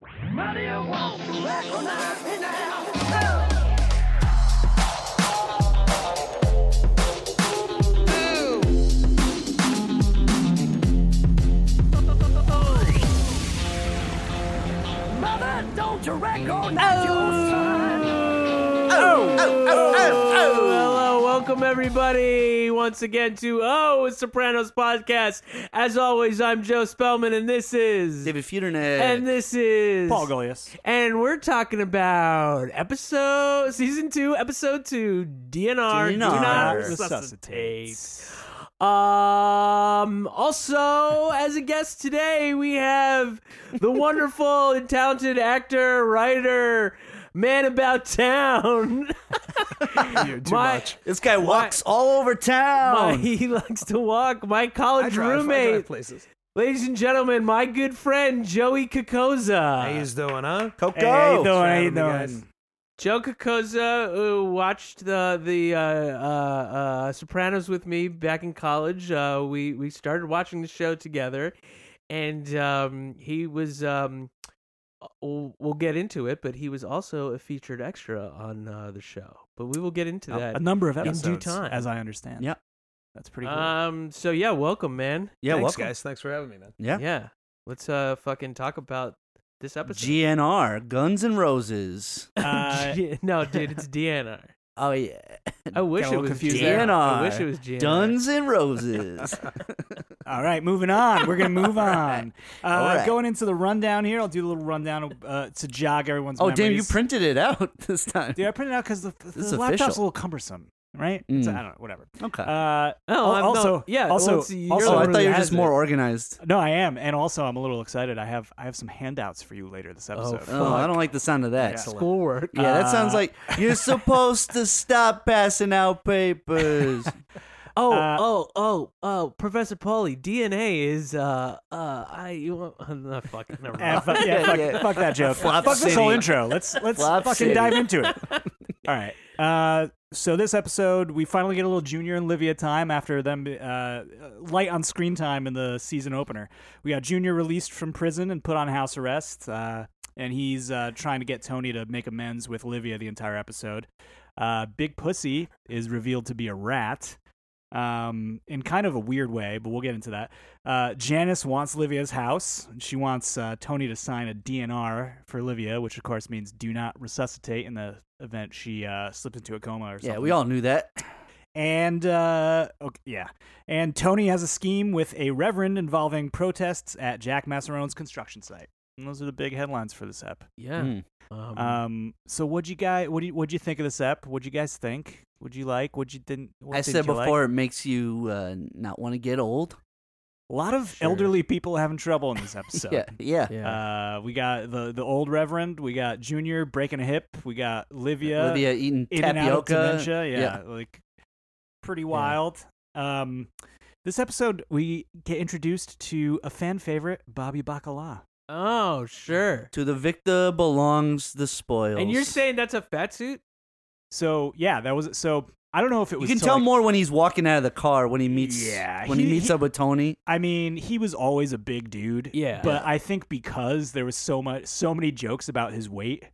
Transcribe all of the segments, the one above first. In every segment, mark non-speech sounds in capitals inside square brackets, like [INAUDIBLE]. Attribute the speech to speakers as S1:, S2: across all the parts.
S1: What do you want? Recognize me now. Ooh. Ooh. Mother, don't you
S2: Oh.
S1: recognize your son?
S2: Hello, welcome everybody once again to Oh Sopranos podcast. As always, I'm Joe Spellman, and this is
S3: David Feudernick.
S2: and this is
S4: Paul Gullius.
S2: and we're talking about episode season two, episode two, DNR, do
S3: DNR.
S2: not
S4: Resuscitate.
S2: resuscitate. Um. Also, as a guest today, we have the wonderful and talented actor, writer, man about
S4: [LAUGHS]
S2: town.
S4: too
S2: my,
S4: much.
S3: this guy walks all over town.
S2: my- he likes to walk. My college
S4: I drive, I drive
S2: roommate,
S4: places.
S2: ladies and gentlemen, my good friend Joey Kokoza.
S4: How yous doing,
S5: uh,
S4: huh?
S3: Coco.
S2: Joe Kokoza who watched the the uh, uh, uh, Sopranos with me back in college. Uh, we we started watching the show together, and um, he was. Um, we'll, we'll get into it, but he was also a featured extra on uh, the show. But we will get into that.
S4: A number of
S2: due
S4: episodes,
S2: time.
S4: as I understand.
S3: Yeah.
S4: that's pretty cool.
S2: um. So yeah, welcome, man.
S3: Yeah,
S4: Thanks,
S3: welcome.
S4: guys. Thanks for having me, man.
S3: Yeah.
S2: Yeah. Let's uh fucking talk about this episode.
S3: GNR, Guns and Roses. [LAUGHS]
S4: Uh,
S2: [LAUGHS] G- no, dude, it's DNR.
S3: Oh yeah,
S4: [LAUGHS]
S2: I wish
S4: a
S2: it
S4: little
S2: was
S4: confused
S2: DNR.
S4: there.
S2: I wish it was GNR.
S3: Guns and Roses.
S4: All right, moving on. We're
S3: [LAUGHS]
S4: gonna move on. Uh,
S3: All right.
S4: Going into the rundown here, I'll do a little rundown of, uh, to jog everyone's.
S3: oh
S4: memories.
S3: damn, you printed it out [LAUGHS] this time.
S4: Dude, I printed it out because the,
S3: is
S4: the laptop's
S3: official.
S4: a little cumbersome, right?
S3: Mm.
S4: So, I don't know, whatever.
S3: Okay.
S4: Uh,
S2: Oh, I'm
S4: also,
S2: not- yeah, well,
S4: Also,
S2: it's- you're
S4: also,
S2: the
S3: oh, I
S2: one
S3: thought
S2: who
S3: you were
S2: has
S3: just more
S2: it.
S3: organized.
S4: no, I am, and also I'm a little excited. I have I have some handouts for you later this episode.
S2: fuck.
S3: Oh, I don't like the sound of that.
S4: Excellent.
S2: Schoolwork.
S3: Yeah, that sounds
S4: Uh,
S3: like you're supposed to stop passing out papers. [LAUGHS]
S2: Oh,
S4: Uh,
S2: oh, oh, oh, Professor Pauly, DNA is uh uh I you want [LAUGHS] I'm not fucking never
S4: Eh,
S2: mind.
S3: [LAUGHS]
S4: fu- yeah, fuck,
S3: yeah.
S4: fuck that joke.
S3: Flop
S4: fuck this whole
S3: City.
S4: intro. Let's let's
S3: Flop
S4: fucking
S3: City.
S4: dive
S3: [LAUGHS]
S4: into it. All right. Uh, so this episode, we finally get a little Junior and Livia time after them uh, light on screen time in the season opener. We got Junior released from prison and put on house arrest, uh, and he's uh, trying to get Tony to make amends with Livia the entire episode. Uh, Big Pussy is revealed to be a rat um, in kind of a weird way, but we'll get into that. Uh, Janice wants Livia's house. She wants uh, Tony to sign a DNR for Livia, which of course means do not resuscitate in the event she uh, slips into a coma or something.
S3: yeah, we all knew that.
S4: And uh, okay, yeah, and Tony has a scheme with a reverend involving protests at Jack Massarone's construction site. And those are the big headlines for this ep.
S2: [LAUGHS] Yeah.
S3: Mm.
S2: Um,
S4: Um, so what'd you guys? What do you, what'd you think of this ep? What'd you guys think? Would you like? Would you didn't? What
S3: I
S4: did
S3: said
S4: you like?
S3: before, it makes you uh, not want to get old.
S4: A lot of
S2: Sure.
S4: elderly people having trouble
S3: [LAUGHS]
S4: in this episode.
S3: yeah, yeah.
S2: yeah.
S4: Uh, we got the the old reverend. We got Junior breaking a hip. We got Livia,
S3: Olivia eating
S4: in and out of
S3: tapioca.
S4: dementia. Yeah, like pretty wild. Um, this episode we get introduced to a fan favorite, Bobby Bacala.
S2: oh, sure.
S3: To the victor belongs the spoils.
S2: And you're saying that's a fat suit?
S4: So yeah, that was so. I don't know if it
S3: you
S4: was
S3: can
S4: to,
S3: tell
S4: like-
S3: more when he's walking out of the car when he meets
S4: Yeah,
S3: when he,
S4: he-
S3: meets
S4: he-
S3: up with Tony.
S4: I mean, he was always a big dude.
S2: Yeah.
S4: But I think because there was so much, so many jokes about his weight,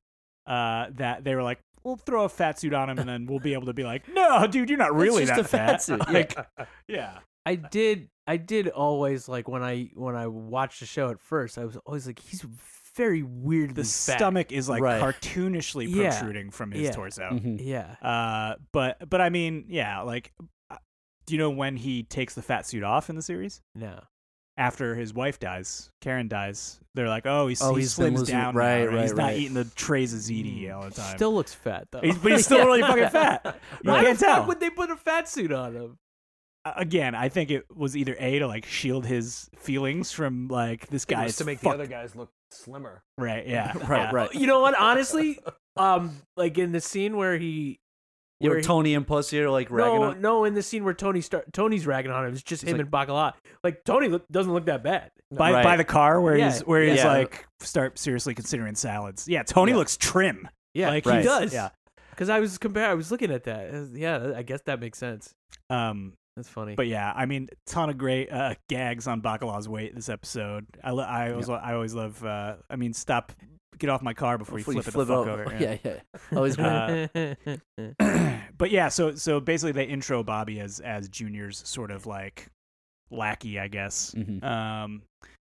S4: uh, that they were like, "We'll throw a fat suit on him, and then we'll be able to be like, no, dude, you're not really
S3: just
S4: that
S3: a fat
S4: [LAUGHS]
S3: suit, yeah.
S4: Like, yeah.
S2: I did I did always like when I when I watched the show at first, I was always like he's very weirdly
S4: The
S2: fat.
S4: stomach is like
S3: Right.
S4: cartoonishly
S2: Yeah.
S4: protruding from his
S2: Yeah.
S4: torso.
S3: Mhm.
S2: Yeah.
S4: Uh, but but I mean, yeah, like, uh, do you know when he takes the fat suit off in the series?
S2: No.
S4: after his wife dies, Karen dies, they're like, oh, he's,
S3: Oh,
S4: he
S3: he's been
S4: slims
S3: losing-
S4: down.
S3: right,
S4: now,
S3: right,
S4: He's not
S3: right. Mm.
S4: eating the trays of ziti all the time.
S2: Still looks fat though.
S4: He's-
S2: [LAUGHS]
S4: but he's still really fucking fat. You
S2: Why
S4: can't
S2: the fuck
S4: tell.
S2: would they put a fat suit on him?
S4: Again, I think it was either A, to like shield his feelings from like this
S5: It was
S4: guy's
S5: to make
S4: fuck-
S5: the other guys look slimmer. [LAUGHS]
S4: Right, yeah. yeah.
S3: Right, right.
S2: You know what? Honestly, um, like in the scene where he,
S3: You
S2: where
S3: were
S2: he-
S3: Tony and Pussy are like ragging
S2: no,
S3: on.
S2: no, in the scene where Tony start, Tony's ragging on him, it's just
S3: He's
S2: him
S3: like-
S2: and Bacala. Like Tony look, doesn't look that bad.
S4: By,
S3: Right.
S4: by the car where
S2: Yeah,
S4: he's where he's
S3: yeah.
S4: like start seriously considering salads. Yeah, Tony
S3: Yeah.
S4: looks trim.
S2: Yeah,
S4: like
S3: right.
S2: he
S4: he's-
S2: does.
S4: Yeah.
S2: because I was compare, I was looking at that. Uh, Yeah, I guess that makes sense.
S4: Um,
S2: That's funny.
S4: But yeah, I mean, ton of great uh, gags on Bacala's weight this episode. I, lo- I always I always love. Uh, I mean, stop. get off my car before,
S3: Before
S4: you flip, it the fuck over.
S3: [LAUGHS]
S4: yeah. Uh,
S3: Yeah, yeah.
S4: [LAUGHS]
S3: Always good.
S2: uh, [LAUGHS]
S4: But yeah, so so basically they intro Bobby as as Junior's sort of like lackey, I guess.
S3: Mhm.
S4: Um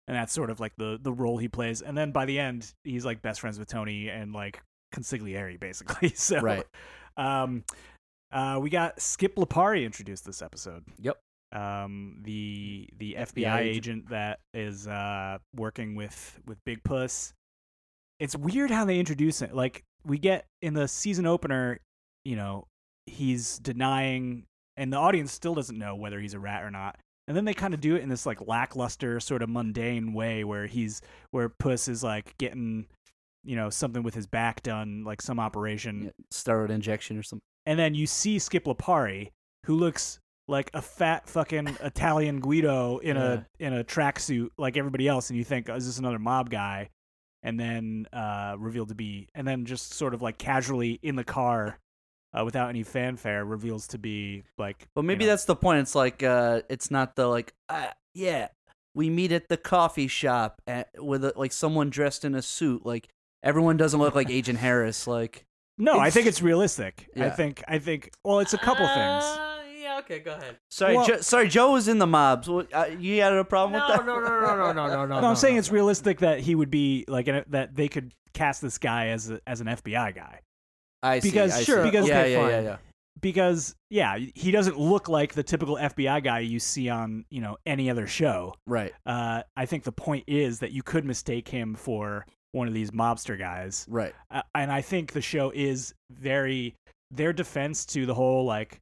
S4: and that's sort of like the the role he plays. And then by the end, he's like best friends with Tony and like consigliere basically. [LAUGHS] So
S3: Right.
S4: um uh we got Skip Lapari introduced this episode.
S3: Yep.
S4: Um the the FBI,
S3: agent.
S4: agent. that is uh working with with Big Puss. It's weird how they introduce it. Like we get in the season opener, you know, he's denying and the audience still doesn't know whether he's a rat or not. And then they kind of do it in this like lackluster sort of mundane way where he's where Puss is like getting you know something with his back done like some operation
S3: Yeah, steroid injection or something.
S4: and then you see Skip Lapari, who looks like a fat
S3: [LAUGHS]
S4: fucking Italian Guido in a in a tracksuit like everybody else, and you think, oh, is this another mob guy? And then uh, revealed to be, and then just sort of like casually in the car, uh, without any fanfare, reveals to be like.
S3: Well, maybe
S4: you know,
S3: that's the point. It's like uh, it's not the like uh, yeah. We meet at the coffee shop at, with a, like someone dressed in a suit. Like everyone doesn't look like Agent Harris. Like
S4: no. I think it's realistic. I
S3: Yeah.
S4: think I think well, it's a couple things.
S2: Ah. Uh, Yeah, okay, go ahead.
S3: sorry,
S4: Well-
S3: jo- sorry, Joe was in the mobs. What, uh, you had a problem
S2: No,
S3: with that?
S2: no, no, no, no, no, no, no.
S4: No, I'm saying it's realistic that he would be like in a, that they could cast this guy as a, as an FBI guy.
S3: I see.
S4: Because-
S3: I see.
S4: sure, because-
S3: yeah,
S4: okay,
S3: yeah,
S4: fine.
S3: yeah, yeah.
S4: because yeah, he doesn't look like the typical FBI guy you see on you know any other show.
S3: Right,
S4: Uh, I think the point is that you could mistake him for one of these mobster guys,
S3: right.
S4: uh, and I think the show is very their defense to the whole like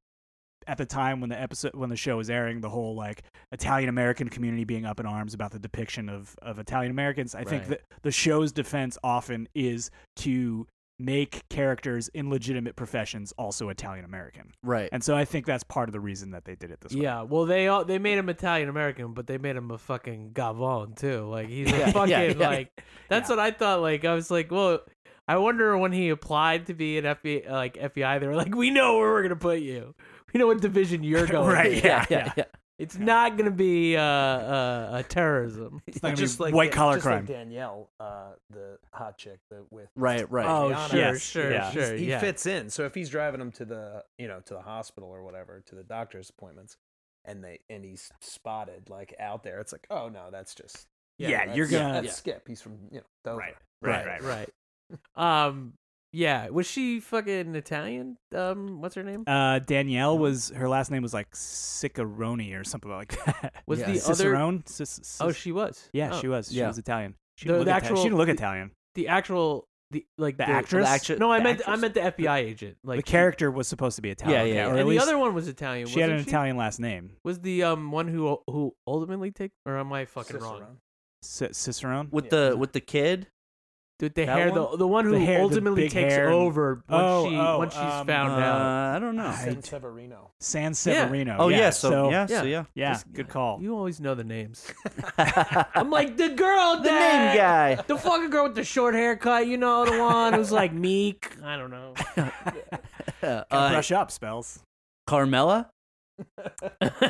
S4: at the time when the episode when the show was airing the whole like Italian American community being up in arms about the depiction of of Italian Americans. I think
S3: Right.
S4: that the show's defense often is to make characters in legitimate professions also Italian American.
S3: Right.
S4: And so I think that's part of the reason that they did it this way.
S2: Yeah, well, they all they made him Italian American, but they made him a fucking gavon too. Like he's a
S3: Yeah,
S2: fucking
S3: yeah, yeah.
S2: like.
S3: [LAUGHS]
S2: That's what I thought. Like I was like, well, I wonder when he applied to be an FBI, like FBI, they were like, we know where we're gonna put you. We know what division
S3: [LAUGHS]
S2: you're going.
S4: Right,
S2: to. [LAUGHS]
S4: yeah,
S3: [LAUGHS] yeah, yeah.
S2: It's not gonna be uh, uh, a terrorism.
S4: [LAUGHS] not gonna be white collar
S5: just
S4: crime.
S5: Like Danielle, uh, the hot chick that with
S3: Right, right.
S2: Oh,
S5: Rihanna.
S2: sure,
S4: Yes,
S2: sure,
S4: yeah.
S5: He's-
S2: sure.
S5: he
S2: yeah.
S5: fits in. So if he's driving him to the you know to the hospital or whatever to the doctor's appointments, and they and he's spotted like out there, it's like oh no, that's just
S4: Yeah,
S5: that's-
S4: you're gonna
S5: that's
S3: yeah.
S5: skip. He's from you know Dover.
S4: Right.
S3: Right,
S2: [LAUGHS]
S4: right,
S2: right. Um. Yeah. Was she fucking Italian? Um. What's her name?
S4: Uh, Danielle was her last name was like Cicerone or something like that.
S2: Was
S3: yeah,
S4: [LAUGHS]
S2: the other?
S4: Cicerone? Cis- cis-
S2: Oh, she was.
S4: yeah,
S2: Oh.
S4: she was. She
S3: Yeah.
S4: was Italian. She
S2: The-
S4: didn't, look
S2: the
S4: Ita-
S2: actual-
S4: she didn't look Italian.
S2: the actual the like
S4: The
S2: the,
S4: actress?
S3: The actu-
S2: No, I
S3: the
S2: meant I
S3: actress?
S2: meant the FBI agent. Like
S4: the character was supposed to be Italian.
S3: yeah, yeah.
S4: Or
S2: and
S4: at
S2: the
S4: least
S2: other one was Italian.
S4: she had an
S2: wasn't
S4: Italian last name.
S2: Was the um one who who ultimately take or am I fucking wrong?
S5: Cicerone.
S4: C- Cicerone.
S3: with
S5: Yeah.
S3: the with the kid.
S2: Dude, the
S3: That
S2: hair
S3: one?
S2: the the one
S4: The
S2: who
S4: hair, the
S2: ultimately
S4: big
S2: takes
S4: hair and-
S2: over once
S4: Oh,
S2: she
S4: oh,
S2: once she's
S4: um,
S2: found out.
S3: Uh, I don't know.
S4: I-
S5: San Severino. [LAUGHS]
S4: San Severino.
S3: oh yeah,
S4: yeah.
S3: so, yeah, so [LAUGHS] yeah.
S4: yeah,
S2: This-
S4: good call.
S2: You always know the names.
S4: [LAUGHS]
S3: I'm
S2: I'm like the girl,
S3: [LAUGHS] the
S2: that-
S3: name [LAUGHS] guy.
S2: the fucking girl with the short haircut. You know the one who's like meek. I don't
S4: [LAUGHS]
S2: know. [LAUGHS]
S4: Gotta
S3: Uh,
S4: brush up spells.
S3: Carmela.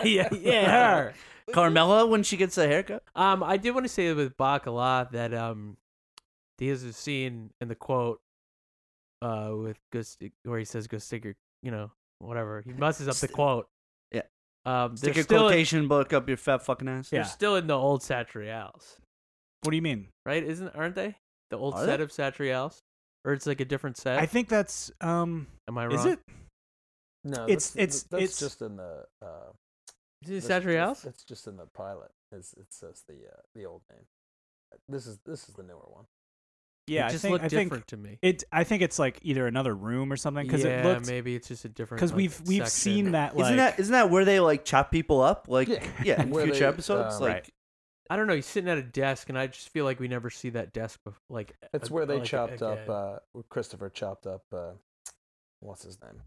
S2: yeah, yeah, her.
S3: Carmela when she gets a haircut.
S2: Um, I did want to say with Bacala that um, Diaz is seen in the quote uh with Gus where he says "Gus stick your you know whatever
S4: [LAUGHS]
S2: he musses up the
S3: St-
S2: quote.
S3: yeah.
S2: Um, they're
S3: Stick a
S2: still in,
S3: quotation book up your fat fucking ass.
S2: they're
S4: Yeah.
S2: still in the old Satrials,
S4: What do you mean?
S2: right? Isn't aren't they the old
S3: Are
S2: set
S3: they?
S2: of Satrials, or it's like a different set?
S4: I think that's um.
S2: uh, Am I wrong?
S4: Is it?
S5: No,
S4: It's-
S5: that's,
S4: it's-
S5: that's
S4: it's-
S5: just in the uh,
S2: Is it
S5: that's- that's-
S2: Satrials?
S5: That's just in the pilot. It's, it says the uh, the old name. This is this is the newer one.
S4: Yeah,
S2: it
S4: I
S2: just
S4: think
S2: looked
S4: I think
S2: different to me.
S4: it. I think it's like either another room or something because
S2: yeah,
S4: it looked
S2: maybe it's just a different
S4: because
S2: like,
S4: we've we've
S2: section.
S4: seen that like
S3: Isn't that
S4: [LAUGHS]
S3: isn't that where they like chop people up? Like yeah,
S5: Yeah.
S3: in
S5: Where
S3: future
S5: they,
S3: episodes.
S2: uh,
S5: um,
S3: like
S4: Right.
S2: I don't know. He's sitting at a desk, and I just feel like we never see that desk. Before, like
S5: That's
S2: a-
S5: where they
S2: like,
S5: chopped up.
S2: again.
S5: Uh, where Christopher chopped up. Uh, what's his name?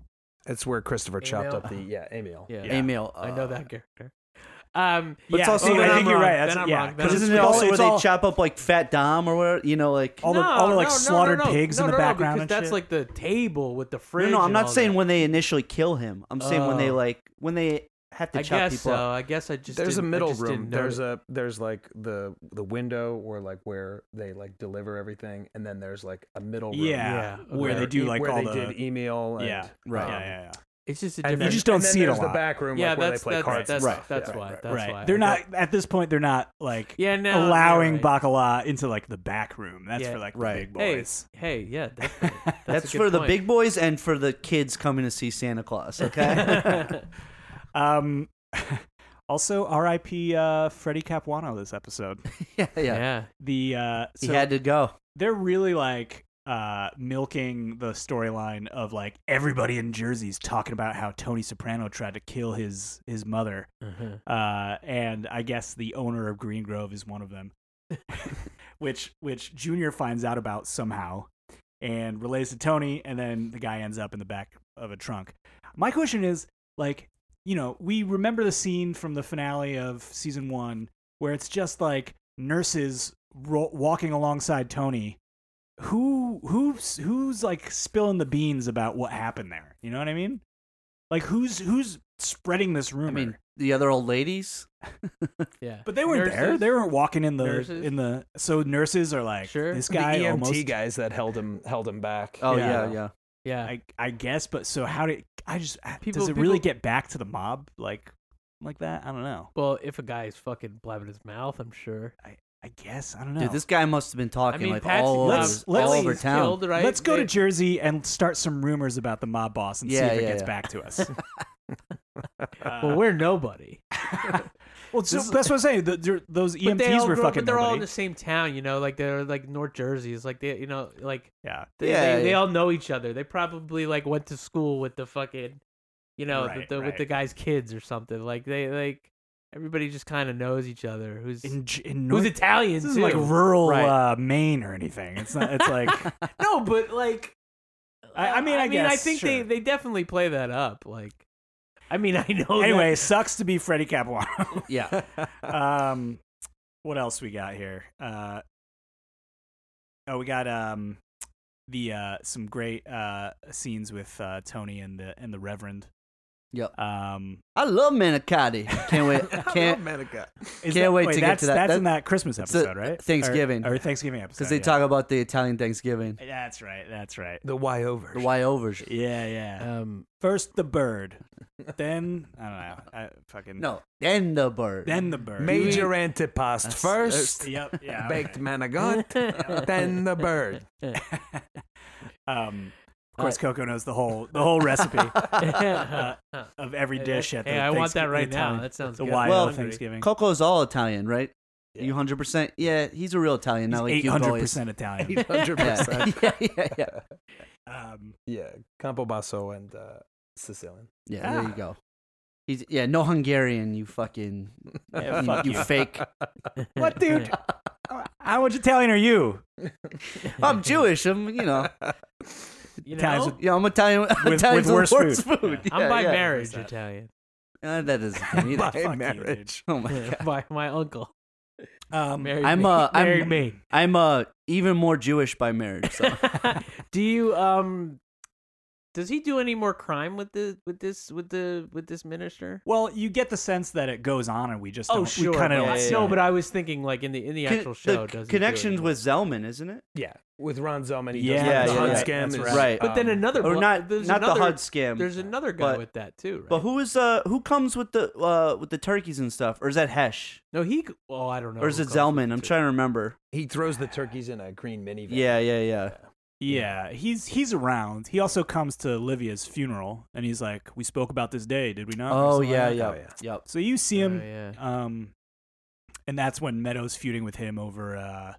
S5: It's where Christopher chopped
S2: Emil?
S5: up [LAUGHS] the yeah Emil.
S2: yeah.
S3: Emil.
S2: I know
S5: Ah.
S2: that character. Um,
S4: But it's
S3: Yeah,
S4: also
S3: well, then
S4: I
S3: I'm
S4: think you're
S2: wrong.
S4: right.
S2: Then
S4: That's,
S2: I'm
S4: yeah,
S2: wrong. Then
S4: because
S2: I'm
S3: Isn't
S4: isn't
S3: it
S4: it
S2: wrong.
S3: also
S4: also
S3: where
S4: with
S3: they
S4: all,
S3: chop up like Fat Dom or whatever? You know, like
S4: all the
S2: no,
S4: all the like
S2: no, no,
S4: slaughtered
S2: no, no,
S4: pigs
S2: no,
S4: in
S2: no,
S4: the background
S2: Because
S4: and
S2: that's
S4: shit?
S2: like the table with the
S3: no,
S2: fridge.
S3: no, I'm
S2: and
S3: not
S2: all
S3: saying
S2: that.
S3: when they initially kill him. I'm saying when they
S2: Oh.
S3: like when they have to
S2: I
S3: chop
S2: guess
S3: people
S2: so.
S3: up.
S2: I guess I just
S5: there's a
S2: didn't- I
S5: middle
S2: just didn't
S5: room. There's
S2: notice.
S5: a there's like the the window or like where they like deliver everything, and then there's like a middle room.
S4: Yeah,
S2: Yeah,
S4: where they
S2: okay.
S4: do
S5: e-
S4: like
S5: where
S4: all
S5: they
S4: the
S5: did email. And,
S4: yeah,
S3: Right.
S4: yeah, yeah, yeah.
S2: It's just a
S5: and
S2: different.
S5: then-
S4: You just don't
S5: and then
S4: see it a
S5: there's The
S4: lot.
S5: back room,
S2: yeah,
S5: like, where they
S2: that's
S5: play
S2: that's
S5: cards.
S2: that's,
S5: and
S3: Right.
S5: stuff.
S2: that's
S5: Yeah,
S2: why.
S5: right.
S2: That's
S4: right.
S2: why.
S4: They're
S2: That-
S4: not at this point. They're not like
S2: Yeah, no, you're
S4: allowing
S2: right.
S4: bacala into like the back room. That's
S2: Yeah.
S4: for like the
S3: Right.
S4: big
S2: Hey,
S4: boys.
S2: hey,
S4: [LAUGHS]
S2: yeah, definitely. that's, a
S3: That's,
S2: good
S3: for the
S2: point. [LAUGHS]
S3: big boys and for the kids coming to see Santa Claus. Okay. [LAUGHS]
S4: Um, [LAUGHS] also, R.I.P. Uh, Freddie Capuano. This episode,
S3: yeah, yeah.
S2: yeah,
S4: the uh,
S3: He
S4: so
S3: had to go.
S4: they're really like uh milking the storyline of like everybody in Jersey's talking about how Tony Soprano tried to kill his his mother.
S2: Uh-huh.
S4: Uh and I guess the owner of Green Grove is one
S3: [LAUGHS]
S4: of them. [LAUGHS] which which Junior finds out about somehow and relays to Tony and then the guy ends up in the back of a trunk. My question is like, you know, we remember the scene from the finale of season 1 where it's just like nurses ro- walking alongside Tony. Who who's who's like spilling the beans about what happened there? You know what I mean? Like who's who's spreading this rumor?
S3: I mean, the other old ladies.
S2: yeah.
S4: but they weren't there.
S2: Nurses?
S4: They weren't walking in the
S2: Nurses?
S4: in the. So nurses are like
S2: Sure. E
S4: this
S5: The
S4: guy
S5: EMT
S4: almost.
S5: guys that held him held him back.
S3: [LAUGHS] Oh
S4: Yeah.
S3: yeah, yeah.
S2: yeah.
S4: I I guess, but so how did I just?
S2: People-
S4: does it really
S2: people-
S4: get back to the mob like like that? I don't know.
S2: well, if a guy is fucking blabbing his mouth, I'm sure.
S4: I guess I don't know.
S3: Dude, this guy must have been talking
S2: I mean,
S3: like
S2: Patsy
S3: all
S4: Let's-
S3: over,
S4: let's-
S3: all over
S2: He's
S3: town.
S2: killed, right?
S4: Let's go
S2: They-
S4: to Jersey and start some rumors about the mob boss and
S3: Yeah,
S4: see if it
S3: yeah,
S4: gets
S3: yeah.
S4: back
S2: [LAUGHS]
S4: to us. Uh,
S2: Well, we're [LAUGHS] nobody.
S4: well, so that's what I'm saying. The, the, those
S2: but they
S4: EMTs
S2: all
S4: E were
S2: grew-
S4: fucking.
S2: But they're all in the
S4: nobody.
S2: same town, you know. Like they're like North Jersey. It's like they, you know, like
S4: Yeah,
S2: they,
S3: Yeah,
S2: they, they
S3: yeah.
S2: all know each other. They probably like went to school with the fucking, you know,
S4: Right,
S2: the, the, with
S4: right.
S2: the guy's kids or something. Like they like everybody just kind of knows each other. Who's
S4: in J- in
S2: who's
S4: North.
S2: Italian
S4: This
S2: too?
S4: is like rural
S3: Right.
S4: uh, Maine or anything. It's not.
S2: [LAUGHS]
S4: It's like
S2: no, but like
S4: I- I mean, I
S2: I
S4: guess,
S2: think they
S4: sure.
S2: they definitely play that up. Like, I mean, [LAUGHS] I know. Oh, that-
S4: anyway. Sucks to be Freddie Capuano.
S2: [LAUGHS]
S3: Yeah.
S4: um, what else we got here? Uh, oh, we got um the uh some great uh scenes with uh Tony and the and the Reverend.
S3: Yep.
S4: Um,
S3: I love manicotti.
S2: [LAUGHS]
S3: Can't wait. Can't
S4: is
S3: Can't wait to get
S4: that's,
S3: to that.
S4: That's
S3: That-
S4: in that Christmas
S3: it's the
S4: episode, right? Or-
S3: Thanksgiving.
S4: or, Thanksgiving episode?
S3: because they
S4: yeah.
S3: talk about the Italian Thanksgiving,
S4: That's right.
S3: [LAUGHS]
S4: That's right.
S5: The why over.
S3: the Y overs.
S4: Yeah,
S3: Uh,
S4: yeah.
S2: um,
S4: First
S3: [LAUGHS]
S4: the bird, then I don't know. I fucking
S3: No, then the bird.
S4: Then the bird.
S5: Major antipast
S3: That's-
S5: first,
S4: Yep.
S3: [LAUGHS]
S4: Yeah.
S5: baked [LAUGHS]
S4: okay. [LAUGHS]
S5: manigot, then the bird.
S4: Um, of course, Coco knows the whole
S3: [LAUGHS]
S4: the whole recipe uh, of every [LAUGHS] dish at the.
S2: Hey, I want that
S4: Thanksgiving-
S2: right
S4: the
S2: now.
S4: Italian-
S2: That sounds
S4: the
S2: good.
S4: wild
S3: Well,
S4: Thanksgiving.
S3: Coco's all Italian, right?
S4: Yeah.
S3: You hundred percent. Yeah, he's a real Italian, not like
S4: Eight
S3: you
S4: hundred
S3: boys.
S4: percent Italian.
S5: 100%.
S3: [LAUGHS] Yeah. [LAUGHS] yeah, yeah, yeah.
S4: Um,
S5: [LAUGHS] yeah, Campobasso and uh, Sicilian.
S3: Yeah, there you go. He's yeah, no Hungarian. You fucking
S4: [LAUGHS] Yeah,
S3: you,
S4: fuck
S3: you
S2: [LAUGHS]
S4: you.
S3: fake.
S4: what, dude? [LAUGHS] How much Italian are you?
S3: I'm Jewish. I'm you know
S2: You
S4: Italians
S2: know?
S4: with-
S3: yeah. I'm Italian.
S4: With-
S3: Italian's
S4: with worse
S3: the worst
S4: food.
S3: food.
S2: I'm
S3: Yeah,
S2: by
S3: yeah.
S2: marriage
S4: that. [LAUGHS]
S2: Italian. [LAUGHS]
S3: Uh, that doesn't count either.
S4: Fuck
S5: By
S4: you, dude.
S5: marriage.
S3: Oh my god.
S2: by my uncle.
S4: Um,
S2: Marry
S3: I'm,
S2: me. [LAUGHS]
S3: uh, I'm-
S2: Marry
S4: [LAUGHS]
S2: me.
S3: I'm uh even more Jewish by marriage. So.
S2: do you um? Does he do any more crime with the with this with the with this minister?
S4: Well, you get the sense that it goes on, and Oh, we just
S2: Oh,
S3: Oh,
S4: don't, we kind
S2: but
S4: of
S2: I-
S4: don't see
S2: no,
S4: it.
S2: but I was thinking like in the in the
S3: Con-
S2: actual
S3: the
S2: show. does
S3: c-
S2: he do it
S3: connections
S2: anymore?
S3: with Zelman, isn't it?
S5: Yeah, with Ron Zellman. He
S4: Yeah,
S5: does
S3: yeah,
S5: the Hunt
S3: yeah,
S5: scam
S4: that's
S5: is,
S4: right.
S3: Right.
S2: But then
S5: um,
S2: another
S3: or
S2: blo-
S3: not?
S2: There's
S3: Not
S2: another,
S3: the HUD scam.
S2: There's another guy
S3: but-
S2: with that too, right?
S3: But who is uh who comes with the uh with the turkeys and stuff? Or is that Hesh?
S2: no, he. c- Oh, I don't know.
S3: or is
S2: who
S3: it
S2: comes with
S3: Zelman?
S2: the
S3: I'm
S2: two.
S3: trying to remember.
S5: he throws the turkeys in a green minivan.
S3: Yeah, yeah, yeah.
S4: Yeah, he's he's around. He also comes to Livia's funeral, and he's like, "We spoke about this day, did we not?" or
S3: Oh
S4: something
S3: yeah,
S4: like that.
S3: yeah,
S5: yeah.
S3: yep.
S4: So you see
S2: Oh,
S4: him,
S2: yeah.
S4: um, and that's when Meadows feuding with him over uh,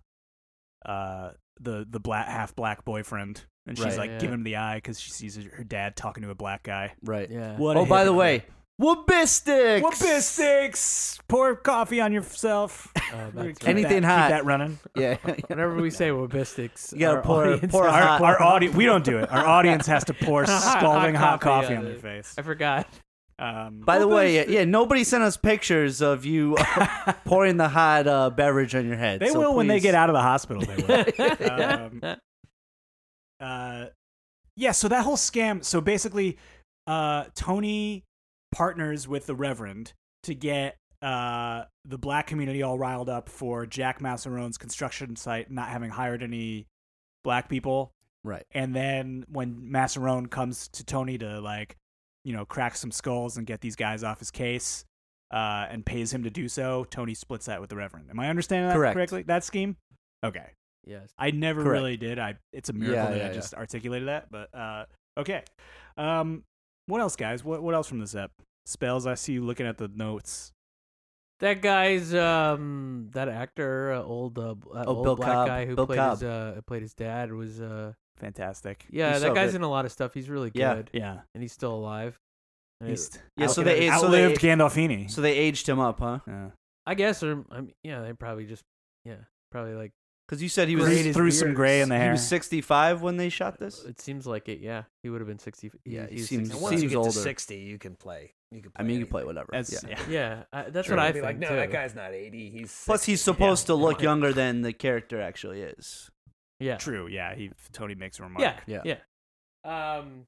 S4: uh, the the black half black boyfriend, and she's
S3: Right.
S4: like
S2: Yeah.
S4: giving him the eye because she sees her dad talking to a black guy.
S3: Right.
S2: Yeah.
S4: What? a
S3: Oh, by the way,
S4: hypocrite.
S3: Whoopistics.
S4: Whoopistics! Pour coffee on yourself.
S2: Oh,
S4: We're gonna
S2: that's
S4: keep
S2: right.
S3: Anything
S4: that,
S3: hot.
S4: Keep that running.
S3: [LAUGHS] Yeah.
S2: Whenever we
S5: [LAUGHS]
S2: say webistics,
S3: You gotta
S2: our
S3: [LAUGHS] pour-
S2: audience
S3: pour a
S2: has to
S3: hot-
S4: Our, our audience, we don't do it. Our audience has to
S2: [LAUGHS]
S4: pour
S2: Hot
S4: scalding hot
S2: coffee
S4: coffee
S2: on
S4: on their
S2: it.
S4: face.
S2: I
S3: [LAUGHS]
S2: forgot.
S4: Um,
S3: By the way, yeah,
S2: Whoopistics.
S3: yeah, nobody sent us pictures of you
S4: [LAUGHS]
S3: uh, pouring the hot uh, beverage on your head.
S4: They
S3: so
S4: will when they
S3: please-
S4: get out of the hospital. They
S3: [LAUGHS]
S4: will. um, uh, yeah. So that whole scam. So basically, uh, Tony partners with the Reverend to get uh, the black community all riled up for Jack Massarone's construction site not having hired any black people.
S3: Right.
S4: And then when Massarone comes to Tony to like, you know, crack some skulls and get these guys off his case, uh, and pays him to do so, Tony splits that with the Reverend. Am I understanding that
S3: Correct.
S4: correctly? That scheme? Okay.
S2: Yes.
S4: I never
S3: Correct.
S4: really did. I it's a miracle
S3: Yeah,
S4: that
S3: yeah,
S4: I
S3: yeah.
S4: just articulated that. But uh, okay. Um, what else, guys? What what else from this ep? Spells. I see you looking at the notes.
S2: That guy's um that actor, uh, old uh, b- that
S3: Oh,
S2: old
S3: Bill
S2: black
S3: Cobb.
S2: guy who
S3: Bill
S2: played
S3: Cobb.
S2: his uh played his dad was uh
S4: Fantastic.
S2: yeah
S3: He's
S2: that
S3: so
S2: guy's
S3: good.
S2: in a lot of stuff. He's really good
S3: Yeah.
S4: Yeah.
S2: and he's still alive. And it-
S4: He's-
S3: Yeah, so
S4: out-
S3: they- so they-
S4: outlived Gandolfini.
S3: So they aged him up, huh?
S4: Yeah.
S2: I guess or I mean, yeah they probably just yeah probably like
S3: Because you said [LAUGHS] he was
S4: Threw-
S2: Braided
S4: threw some
S2: beards.
S4: gray in the
S3: he
S4: hair.
S3: was 65 when they shot this.
S2: it seems like it yeah he would have been sixty
S3: Yeah, he
S2: he's
S3: seems-
S5: And
S2: 61.
S5: once you
S3: seems
S5: get
S3: older.
S5: to sixty, you can play. You can.
S3: I
S5: Play
S3: mean, you can
S5: anything.
S3: play whatever.
S4: That's-
S3: yeah.
S4: yeah.
S2: yeah I, that's
S5: Sure,
S2: what I
S5: be
S2: think
S5: like, no,
S2: too.
S5: that guy's not eighty. He's 60.
S3: Plus, he's supposed to
S5: Yeah,
S3: look
S5: right.
S3: younger than the character actually is.
S2: yeah
S4: True. Yeah. He Tony makes a remark.
S2: yeah
S3: Yeah.
S2: yeah um.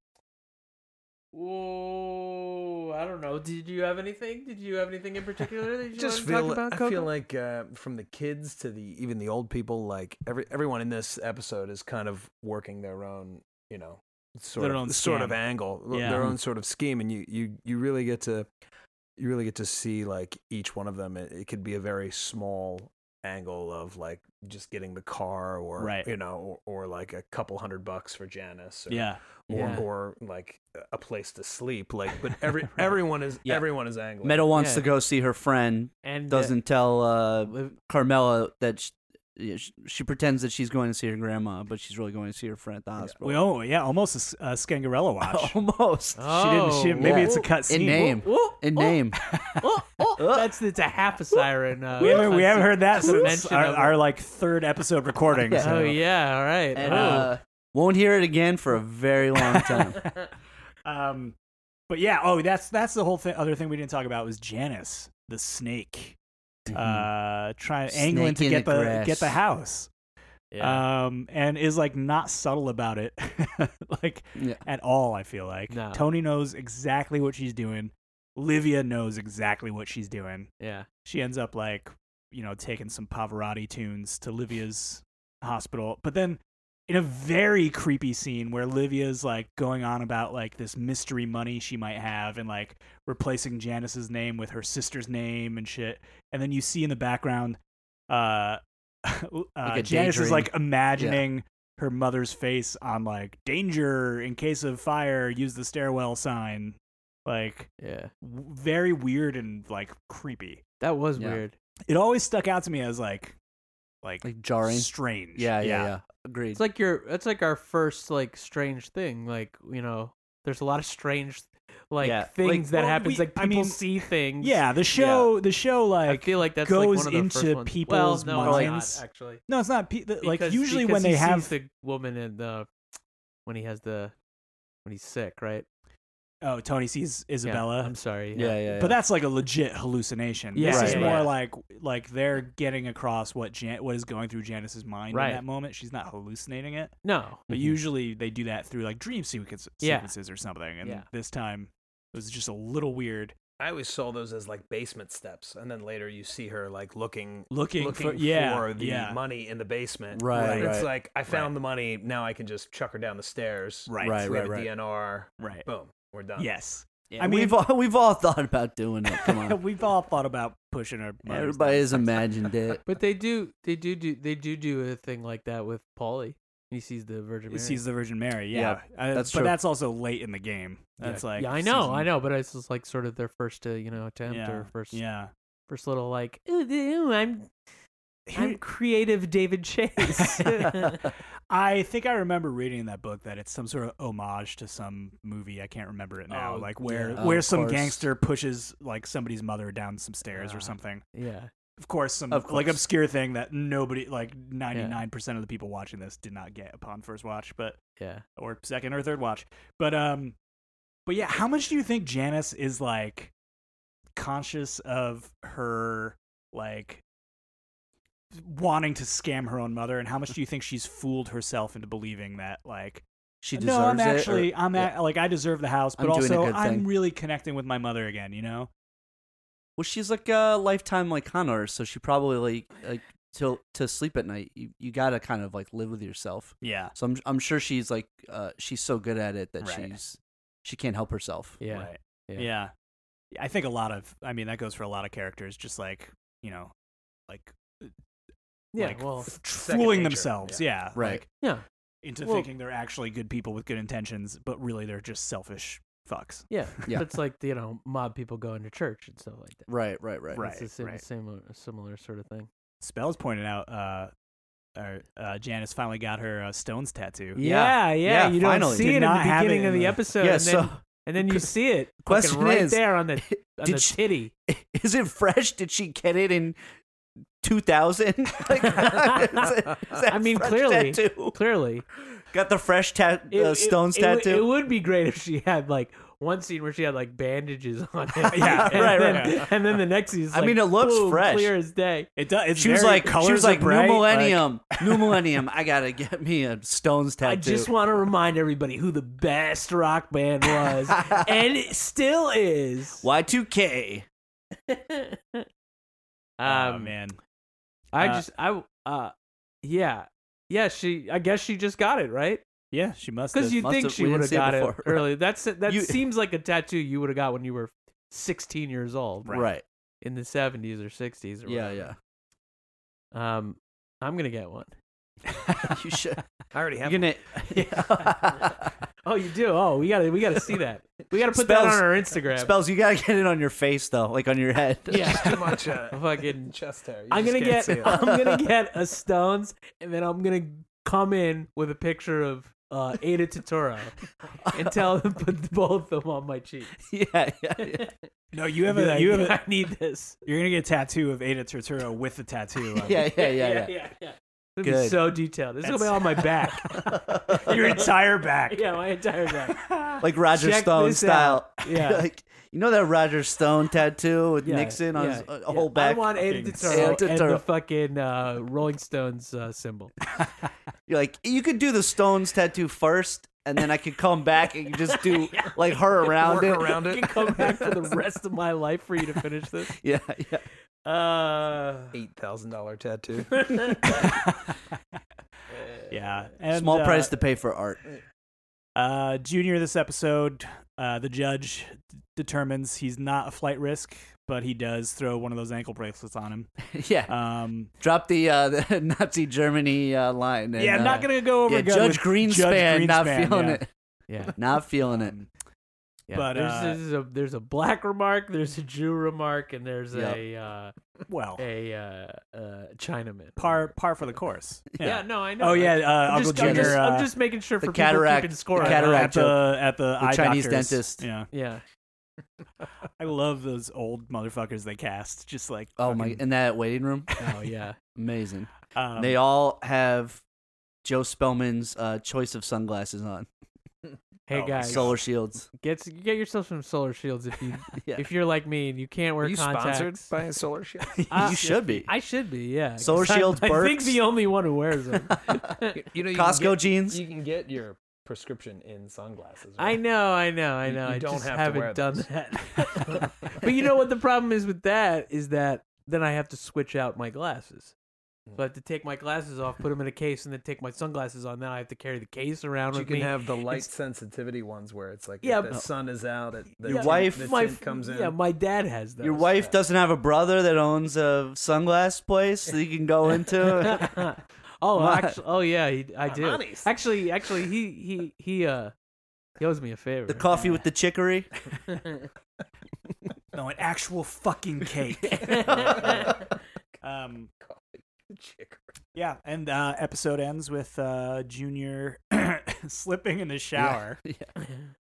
S2: Whoa, I don't know. Did you have anything? Did you have
S4: [LAUGHS]
S2: anything in particular that you
S5: just
S2: wanted to
S5: feel
S2: talk about?
S5: I feel
S2: Coco?
S5: like uh, from the kids to the even the old people, like every everyone in this episode is kind of working their own, you know, sort
S4: Their
S5: of
S4: own
S5: sort of
S4: scam.
S5: angle, l-
S4: Yeah.
S5: their own sort of scheme, and you you you really get to you really get to see like each one of them. It, it could be a very small angle of like just getting the car or
S4: Right.
S5: you know or, or like a couple hundred bucks for Janice or,
S4: Yeah.
S5: or,
S2: Yeah.
S5: or like a place to sleep like
S4: [LAUGHS]
S5: but every everyone is
S3: Yeah.
S5: everyone is angling
S3: Meadow wants
S2: Yeah.
S3: to go see her friend,
S2: and uh,
S3: doesn't tell uh,
S2: Liv-
S3: Carmela that she, yeah, sh- she pretends that she's going to see her grandma, but she's really going to see her friend at the hospital. [LAUGHS]
S4: We oh yeah almost a, s- a Scangarella watch.
S3: Oh Almost.
S4: She didn't. She, didn't- maybe
S3: yeah.
S4: it's a cut scene.
S3: In name.
S2: Oh, Whoa,
S3: In
S2: whoa,
S3: name.
S4: [LAUGHS]
S2: Oh, oh, that's it's a half a siren. Uh,
S4: We haven't, we haven't heard that
S2: constant
S4: since
S2: mention
S4: our,
S2: of it.
S4: our like third episode recording.
S3: Yeah.
S4: so-
S2: Oh yeah, all right.
S3: And
S2: oh.
S3: uh, won't hear it again for a very
S4: [LAUGHS]
S3: long time.
S4: Um, but yeah, oh, that's that's the whole thing. Other thing we didn't talk about was Janice, the snake, uh, trying
S3: Mm-hmm. Snake
S4: angling to
S3: in
S4: get
S3: the
S4: the,
S3: grass.
S4: get the house.
S2: yeah.
S4: Um, and is like not subtle about it, [LAUGHS] like
S3: Mm-hmm. yeah.
S4: at all. I feel like
S2: No.
S4: Tony knows exactly what she's doing. Livia knows exactly what she's doing.
S2: yeah.
S4: she ends up like you know taking some Pavarotti tunes to Livia's hospital, but then in a very creepy scene where Livia's like going on about like this mystery money she might have and like replacing Janice's name with her sister's name and shit, and then you see in the background, uh, [LAUGHS] uh
S3: Like a
S4: Janice is
S3: daydream.
S4: like imagining. Her mother's face on like danger in case of fire, use the stairwell sign. Like
S2: Yeah.
S4: w- very weird and like creepy
S2: That was
S3: Yeah.
S2: weird.
S4: it always stuck out to me as like like,
S3: Like jarring.
S4: strange.
S3: Yeah, yeah, yeah. Agreed.
S2: It's like your. It's like our first like strange thing. Like you know, there's a lot of strange like
S3: Yeah.
S2: things
S3: Like,
S2: that
S4: well,
S2: happens.
S4: we-
S2: like
S4: I
S2: people
S4: mean-
S2: see things.
S4: Yeah, the show the show
S2: I
S4: like
S2: feel like that's like,
S4: goes
S2: one of the first
S4: into
S2: ones.
S4: people's
S2: well, no, it's
S4: minds.
S2: Not, actually,
S4: no, it's not pe- the, like
S2: Because-
S4: usually
S2: because
S4: when
S2: he
S4: they have
S2: sees the woman in the when he has the when he's sick, right?
S4: oh Tony sees
S2: Yeah,
S4: Isabella.
S2: I'm sorry.
S3: yeah, yeah, yeah.
S4: But that's like a legit hallucination.
S2: Yeah,
S4: this is
S3: Right,
S4: more
S2: yeah.
S4: like like they're getting across what Jan- what is going through Janice's mind
S2: Right.
S4: in that moment. She's not hallucinating it,
S2: No.
S4: but
S3: Mhm.
S4: usually they do that through like dream sequence-
S2: Yeah.
S4: sequences or something. And
S2: Yeah.
S4: this time it was just a little weird
S5: I always saw those as like basement steps, and then later you see her like looking,
S4: looking,
S5: looking
S4: for yeah
S5: for the
S4: yeah
S5: money in the basement.
S3: Right,
S5: it's
S3: right.
S5: like I found the money. Now I can just chuck her down the stairs.
S4: right
S3: Right.
S5: we have a DNR.
S4: right
S5: Boom, we're done.
S4: yes.
S3: Yeah,
S4: I mean-
S3: we've all, we've all thought about doing it.
S4: [LAUGHS]
S3: Come on.
S4: We've all thought about pushing our. buttons.
S3: Everybody's imagined it.
S2: But they do, they do, do they do do a thing like that with Paulie. He sees the Virgin
S4: He
S2: Mary.
S4: sees the Virgin Mary.
S3: Yeah,
S4: Yeah, Uh,
S3: that's
S4: but
S3: true.
S4: that's also late in the game. That's like
S2: yeah, I know, I
S4: season-
S2: know, but it's just like sort of their first, uh, you know, attempt
S4: Yeah,
S2: or first,
S4: yeah.
S2: first little like, "Ooh, ooh, I'm, I'm creative, David
S4: [LAUGHS]
S2: Chase. [LAUGHS]
S4: I think I remember reading in that book that it's some sort of homage to some movie. I can't remember it now.
S2: Oh,
S4: like where
S2: yeah.
S3: Of
S4: where some
S3: course.
S4: gangster pushes like somebody's mother down some stairs
S2: Ah.
S4: or something.
S2: yeah,
S4: Of course, some
S3: Of
S4: like
S3: course.
S4: obscure thing that nobody like ninety nine percent of the people watching this did not get upon first watch, but
S2: yeah.
S4: or second or third watch. But um but yeah, how much do you think Janice is like conscious of her like wanting to scam her own mother and how much do you think she's fooled herself into believing that like
S3: She deserves
S4: no, I'm
S3: it, or-
S4: actually, I'm
S3: yeah.
S4: a, like, I deserve the house, but
S3: I'm doing a
S4: also
S3: good
S4: I'm
S3: thing.
S4: really connecting with my mother again. You know,
S3: Well, she's like a lifetime like con artist, so she probably like like to to sleep at night. You you gotta kind of like live with yourself.
S4: yeah,
S3: So I'm I'm sure she's like uh she's so good at it that
S4: Right.
S3: she's she can't help herself.
S2: Yeah.
S4: right.
S2: yeah.
S4: yeah, I think a lot of, I mean, that goes for a lot of characters. Just like you know, like
S2: Yeah,
S4: like,
S2: well,
S4: f-
S5: second
S4: fooling
S5: nature,
S4: themselves, yeah,
S3: Right.
S4: like,
S2: Yeah.
S4: into
S2: Well-
S4: thinking they're actually good people with good intentions, but really they're just selfish fucks.
S2: yeah,
S3: Yeah.
S2: It's like you know, mob people going to church and stuff like that.
S3: Right, right, [LAUGHS] right.
S4: Right.
S2: It's the same,
S4: right.
S2: same similar sort of thing.
S4: Spells pointed out, uh, or uh, Janice finally got her uh, Stones tattoo.
S3: Yeah,
S2: Yeah, yeah.
S3: yeah,
S2: you don't
S3: finally.
S2: see
S4: Did
S2: it in
S4: not
S2: the
S4: have it
S2: beginning of
S4: in
S2: the
S4: the-
S2: episode,
S3: Yeah,
S2: and, then,
S3: so
S2: and then you see it fucking
S3: question
S2: right
S3: is,
S2: there on the on
S3: did
S2: the
S3: she-
S2: titty.
S3: [LAUGHS] is it fresh? Did she get it in 2000? [LAUGHS] Like, is that- is that
S2: I mean,
S3: fresh
S2: clearly.
S3: tattoo?
S2: Clearly,
S3: got the fresh ta-
S2: It-
S3: uh,
S2: it-
S3: stones
S2: it, would-
S3: tattoo.
S2: It would be great if she had like one scene where she had like bandages [LAUGHS] on it.
S4: Yeah,
S2: and
S3: right,
S2: then,
S4: right.
S2: And then the next scene, is
S3: I
S2: like,
S3: mean, it looks
S2: boom,
S3: fresh.
S2: clear as day.
S4: It does. It's
S3: she was
S4: very-
S3: like,
S4: colors
S3: she was
S4: are
S3: like,
S4: bright,
S3: new millennium, new millennium. I gotta get me a stones
S2: [LAUGHS]
S3: tattoo.
S2: I just want to remind everybody who the best rock band
S3: [LAUGHS]
S2: was, and it still is.
S3: Y2K.
S2: [LAUGHS]
S4: Oh
S2: Um,
S4: man,
S2: I
S4: Uh,
S2: just I uh yeah. Yeah, she I guess she just got it, right?
S4: yeah, she must.
S2: Cuz
S4: have.
S2: you
S3: must
S2: think
S3: have-
S2: she
S3: we didn't
S2: would have
S3: see it
S2: got it,
S3: before. [LAUGHS]
S2: early. That's that
S3: You-
S2: seems like a tattoo you would have got when you were 16 years old
S3: Right.
S2: in the 70s or 60s or
S3: Yeah,
S2: whatever.
S3: yeah.
S2: Um I'm going to get one.
S3: [LAUGHS] You should.
S5: I already have.
S3: You're [LAUGHS] gonna.
S2: Oh, you do. Oh, we got to we got to see
S3: [LAUGHS]
S2: that. We got to put that
S3: Spells-
S2: on our Instagram.
S3: Spells, you gotta get it on your face though, like on your head.
S2: yeah.
S5: Too much uh,
S2: Fucking
S5: chest hair. You
S2: I'm
S5: just
S2: gonna
S5: can't
S2: get
S5: see it.
S2: [LAUGHS] I'm
S5: [LAUGHS]
S2: gonna get a Stones, and then I'm gonna come in with a picture of uh, Ada Totoro and tell them to put both of them on my
S5: [LAUGHS]
S2: cheek.
S3: [LAUGHS] yeah, yeah, yeah.
S4: no, you have
S2: Be
S4: a,
S2: like,
S4: you have
S2: I
S4: a,
S2: need this.
S4: [LAUGHS] you're gonna get a tattoo of Ada Turturro with the tattoo.
S3: [LAUGHS]
S4: of-
S3: yeah, [LAUGHS] yeah, yeah, yeah.
S2: [LAUGHS] yeah. It's gonna be
S3: Good.
S2: so detailed. It's gonna be
S4: That's-
S2: on my back.
S5: [LAUGHS]
S2: [LAUGHS]
S4: your entire back.
S2: yeah, my entire back.
S3: [LAUGHS] like Roger
S2: Check
S3: Stone
S2: this
S3: style.
S2: out.
S3: [LAUGHS]
S2: Yeah.
S3: like you know that Roger Stone tattoo with
S2: Yeah,
S3: Nixon on his
S2: yeah,
S3: uh,
S2: yeah.
S3: whole back.
S2: I want Ada
S4: Fucking
S2: Totoro
S3: Ada
S2: and the
S3: Totoro.
S2: fucking uh, Rolling Stones uh,
S5: [LAUGHS]
S2: symbol.
S3: You're like you could do the Stones tattoo first, and then I could come back and just do like her around
S5: Work
S3: it.
S5: around
S2: I
S5: it.
S2: [LAUGHS] can come back for the rest of my life for you to finish this.
S3: [LAUGHS] Yeah, yeah.
S2: Uh,
S5: Eight thousand dollar tattoo.
S4: yeah. And,
S3: Small
S4: uh,
S3: price to pay for art.
S4: Uh, junior, this episode, uh, the judge d- determines he's not a flight risk, but he does throw one of those ankle bracelets on him.
S3: [LAUGHS] yeah.
S4: Um,
S3: Drop the, uh, [LAUGHS] the Nazi Germany uh, line. And,
S4: yeah, I'm not
S3: uh,
S4: gonna go over
S3: yeah,
S4: good
S3: Judge
S4: with
S3: Greenspan, not
S4: Greenspan,
S3: feeling
S4: yeah.
S3: it.
S2: yeah.
S3: Not feeling it.
S4: Um,
S2: Yeah,
S4: But,
S2: there's,
S4: uh,
S2: there's a there's a black remark, there's a Jew remark, and there's
S3: Yep.
S2: a uh,
S4: well,
S3: [LAUGHS]
S2: a uh, uh, Chinaman.
S4: par par for the
S3: [LAUGHS]
S4: course.
S2: Yeah. no, I know.
S4: Oh yeah, uh,
S2: I'm
S4: Uncle
S2: just, I'm,
S4: Junior.
S2: just, I'm
S4: uh,
S2: just making sure
S3: the
S2: for
S3: cataract-
S2: people keeping score.
S3: the
S2: on
S3: cataract-
S4: at the at the, eye
S3: Chinese
S4: doctors.
S3: dentist.
S4: Yeah,
S2: that. Yeah,
S4: I love those old motherfuckers they cast. Just like
S3: Oh my!
S4: fucking-
S3: In that waiting room,
S2: oh yeah,
S3: amazing.
S4: um,
S3: they all have Joe Spellman's uh, choice of sunglasses on,
S2: Hey
S4: Oh,
S2: guys,
S3: solar shields.
S2: get get yourself some solar shields if you
S3: Yeah.
S2: if you're like me and you can't wear
S5: Are you
S2: contacts.
S5: sponsored
S2: [LAUGHS]
S5: by a solar shield?
S2: Uh,
S3: you should be.
S2: I should be, yeah. 'cause
S3: Solar
S2: I'm-
S3: shields,
S2: I think
S3: Birks.
S2: the only one who wears them.
S5: You know, you can
S3: Costco
S5: get-
S3: jeans. [LAUGHS]
S5: You can get your prescription in sunglasses.
S2: I
S5: right?
S2: know, I know, I
S5: You-
S2: know.
S5: you
S2: I
S5: don't
S2: just
S5: have to
S2: haven't
S5: wear
S2: done
S5: those.
S3: [LAUGHS]
S2: that. but you know what the problem is with that is that then I have to switch out my glasses.
S5: Mm.
S2: So I have to take my glasses off, put them in a case, and then take my sunglasses on. Now I have to carry the case around
S5: But you
S2: with
S5: can
S2: me.
S5: have the light sensitivity ones where it's like
S2: Yeah,
S5: if the
S2: but-
S5: sun is out, it, the
S2: Your
S5: tint-
S3: wife-
S5: the
S2: my
S5: tint comes in.
S2: yeah, my dad has those. [LAUGHS]
S3: Your wife doesn't have a brother that owns a sunglass place that you can
S4: [LAUGHS]
S3: go into.
S2: [LAUGHS] oh,
S3: My-
S2: actually, oh yeah, he, I do.
S5: honest.
S2: Actually, actually, he he he uh, he owes me a favor.
S3: the coffee with the chicory.
S4: no, an actual
S3: [LAUGHS]
S4: fucking cake. [LAUGHS] um,
S5: [LAUGHS]
S4: yeah, and uh, episode ends with uh, Junior [CLEARS THROAT] slipping in the shower.
S3: [LAUGHS] Yeah.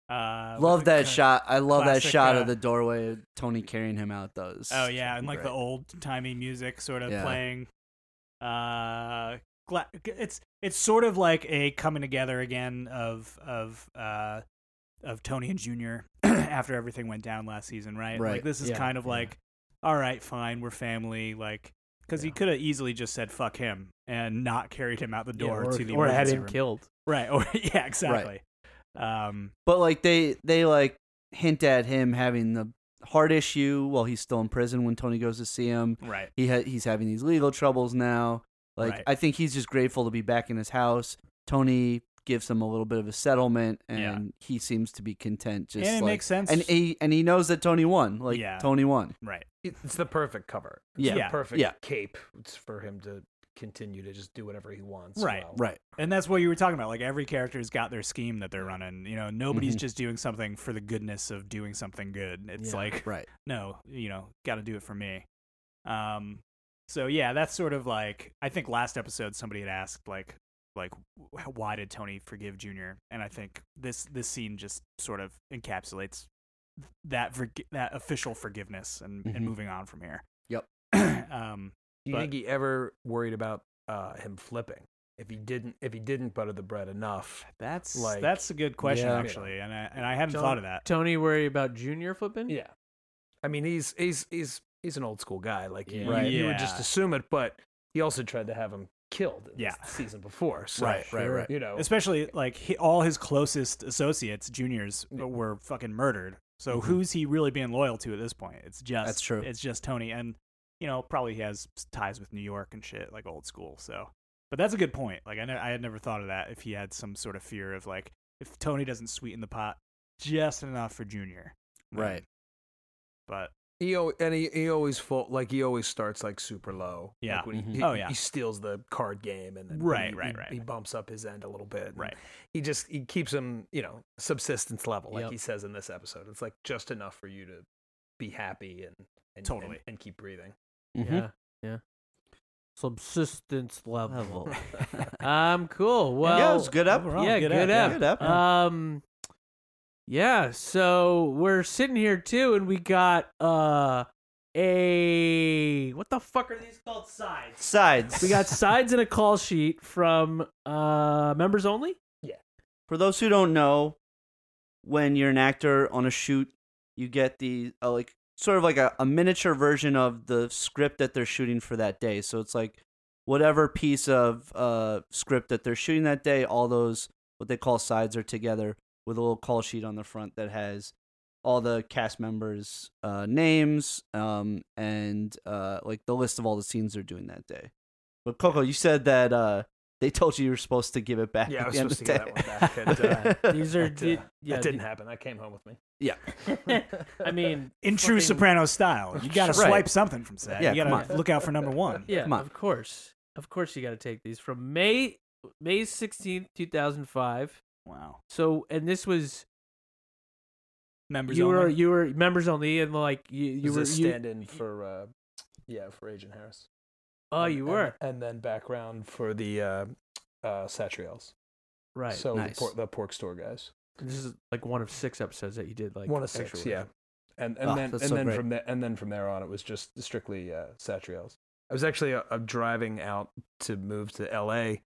S4: Uh, with
S3: Love
S4: the
S3: that
S4: cut-
S3: shot. I love that
S4: classic,
S3: shot
S4: uh,
S3: of the doorway. of Tony carrying him out. Though. It's
S4: Oh yeah, and like the
S3: great.
S4: old timey music sort of
S3: Yeah.
S4: playing. Uh, gla- it's it's sort of like a coming together again of of uh of Tony and Junior [CLEARS THROAT] after everything went down last season, right? Like
S3: Right,
S4: this is
S2: yeah,
S4: kind of
S2: yeah.
S4: like, all right, fine, we're family, like. Because he could have easily just said "fuck him" and not carried him out the
S2: Yeah,
S4: door
S2: or,
S4: to the
S2: or had
S4: emergency
S2: him
S4: room.
S2: killed.
S4: Right. Or [LAUGHS] yeah, exactly. Um,
S3: But like they they like hint at him having the heart issue while he's still in prison when Tony goes to see him.
S4: right.
S3: He ha- he's having these legal troubles now. Like
S4: Right.
S3: I think he's just grateful to be back in his house. Tony gives him a little bit of a settlement and
S4: Yeah.
S3: he seems to be content just
S4: and it
S3: like-
S4: makes sense.
S3: and he and he knows that Tony won. Like
S4: Yeah.
S3: Tony won.
S4: right.
S5: It's the perfect cover. It's
S3: Yeah.
S5: the
S4: Yeah.
S5: perfect
S3: Yeah.
S5: cape It's for him to continue to just do whatever he wants.
S4: Right,
S5: while-
S3: Right.
S4: And that's what you were talking about. Like every character's got their scheme that they're running. You know, nobody's
S3: Mm-hmm.
S4: just doing something for the goodness of doing something good. It's
S5: Yeah.
S4: like
S3: Right.
S4: no, you know, got to do it for me. Um, so yeah, that's sort of like I think last episode somebody had asked like like wh- why did Tony forgive Junior? And I think this this scene just sort of encapsulates that forg- that official forgiveness and,
S3: Mhm.
S4: and moving on from here.
S3: Yep.
S4: [CLEARS THROAT] um,
S5: Do you
S4: But-
S5: think he ever worried about uh, him flipping? If he didn't, if he didn't butter the bread enough,
S4: that's
S5: Like,
S4: that's a good question
S3: yeah.
S4: actually, and I and I hadn't
S5: John-
S4: thought of that.
S2: Tony worry about Junior flipping.
S5: yeah. I mean, he's he's he's he's an old school guy. Like you,
S4: Yeah.
S5: you would just
S4: Yeah.
S5: assume it, but he also tried to have him killed. In
S4: Yeah.
S5: the season before. So,
S4: Right,
S3: right, right.
S5: You know,
S4: Especially like he, all his closest associates, juniors, were fucking murdered. So
S3: Mhm.
S4: who's he really being loyal to at this point? It's just
S3: That's true.
S4: It's just Tony, and you know probably he has ties with New York and shit, like old school. So, but that's a good point. Like I, ne- I had never thought of that. If he had some sort of fear of like if Tony doesn't sweeten the pot just enough for Junior, then-
S3: Right.
S4: But
S5: He al- and he, he always fall, like he always starts like super low.
S4: Yeah.
S5: Like, when he-
S3: Mhm.
S5: he,
S4: Oh, yeah.
S5: He steals the card game and then
S4: Right,
S5: he,
S4: right,
S5: he-
S4: right.
S5: He bumps up his end a little bit. and
S4: right,
S3: Mm-hmm.
S5: He just he keeps him you know subsistence level like
S2: Yep.
S5: he says in this episode. It's like just enough for you to be happy and, and
S4: Totally.
S5: and, and keep breathing.
S4: Mm-hmm.
S3: Mhm.
S2: yeah, yeah. Mm-hmm. Subsistence level. [LAUGHS]
S3: Level.
S2: um, cool. Well,
S3: yeah, it was a good up.
S4: overall,
S2: yeah,
S4: good
S2: good,
S4: app, yeah.
S2: up.
S3: Good app.
S2: Um, yeah. So we're sitting here too, and we got uh a what the fuck are these called sides?
S3: Sides.
S2: We
S3: [LAUGHS]
S2: got sides and a call sheet from uh members only.
S3: For those who don't know, when you're an actor on a shoot, you get the uh, like sort of like a, a miniature version of the script that they're shooting for that day. So it's like whatever piece of uh, script that they're shooting that day, all those what they call sides are together with a little call sheet on the front that has all the cast members' uh, names um, and uh, like the list of all the scenes they're doing that day. But Coco, you said that uh, they told you you were supposed to give it back.
S5: Yeah,
S3: at
S5: I was
S3: the end
S5: supposed to
S3: of
S5: get
S3: the
S5: that
S3: day.
S5: one back. And,
S3: [LAUGHS]
S5: uh,
S2: These
S5: [LAUGHS]
S2: are
S5: That, uh,
S2: did, yeah.
S5: that didn't happen. That came home with me.
S3: Yeah.
S2: I mean,
S4: in true
S2: fucking-
S4: Soprano style, you got
S3: [LAUGHS]
S4: to
S3: Right.
S4: swipe something from set.
S3: Yeah,
S4: you
S3: come
S4: got to look out for number one.
S2: Yeah,
S3: Come on.
S2: of course, of course, you got to take these from May May sixteenth, two thousand five.
S4: Wow,
S2: So, and this was
S4: members
S2: you were
S4: only?
S2: you were members only, and like you you
S5: you
S2: were
S5: were
S2: you-
S5: stand in for uh, yeah for Agent Harris.
S2: oh
S5: and-
S2: you
S5: and-
S2: were
S5: And, then background for the uh, uh, Satriels.
S2: right.
S5: So
S3: Nice.
S5: the, por- the pork store guys.
S2: this is like one of six episodes that you did like
S5: One of six,
S2: extra
S5: yeah.
S2: [LAUGHS] with.
S5: And and
S3: Ah,
S5: then and
S3: that's so
S5: then
S3: great.
S5: from there and then from there on, it was just strictly uh, Satriels. I was actually uh, uh, driving out to move to L.A.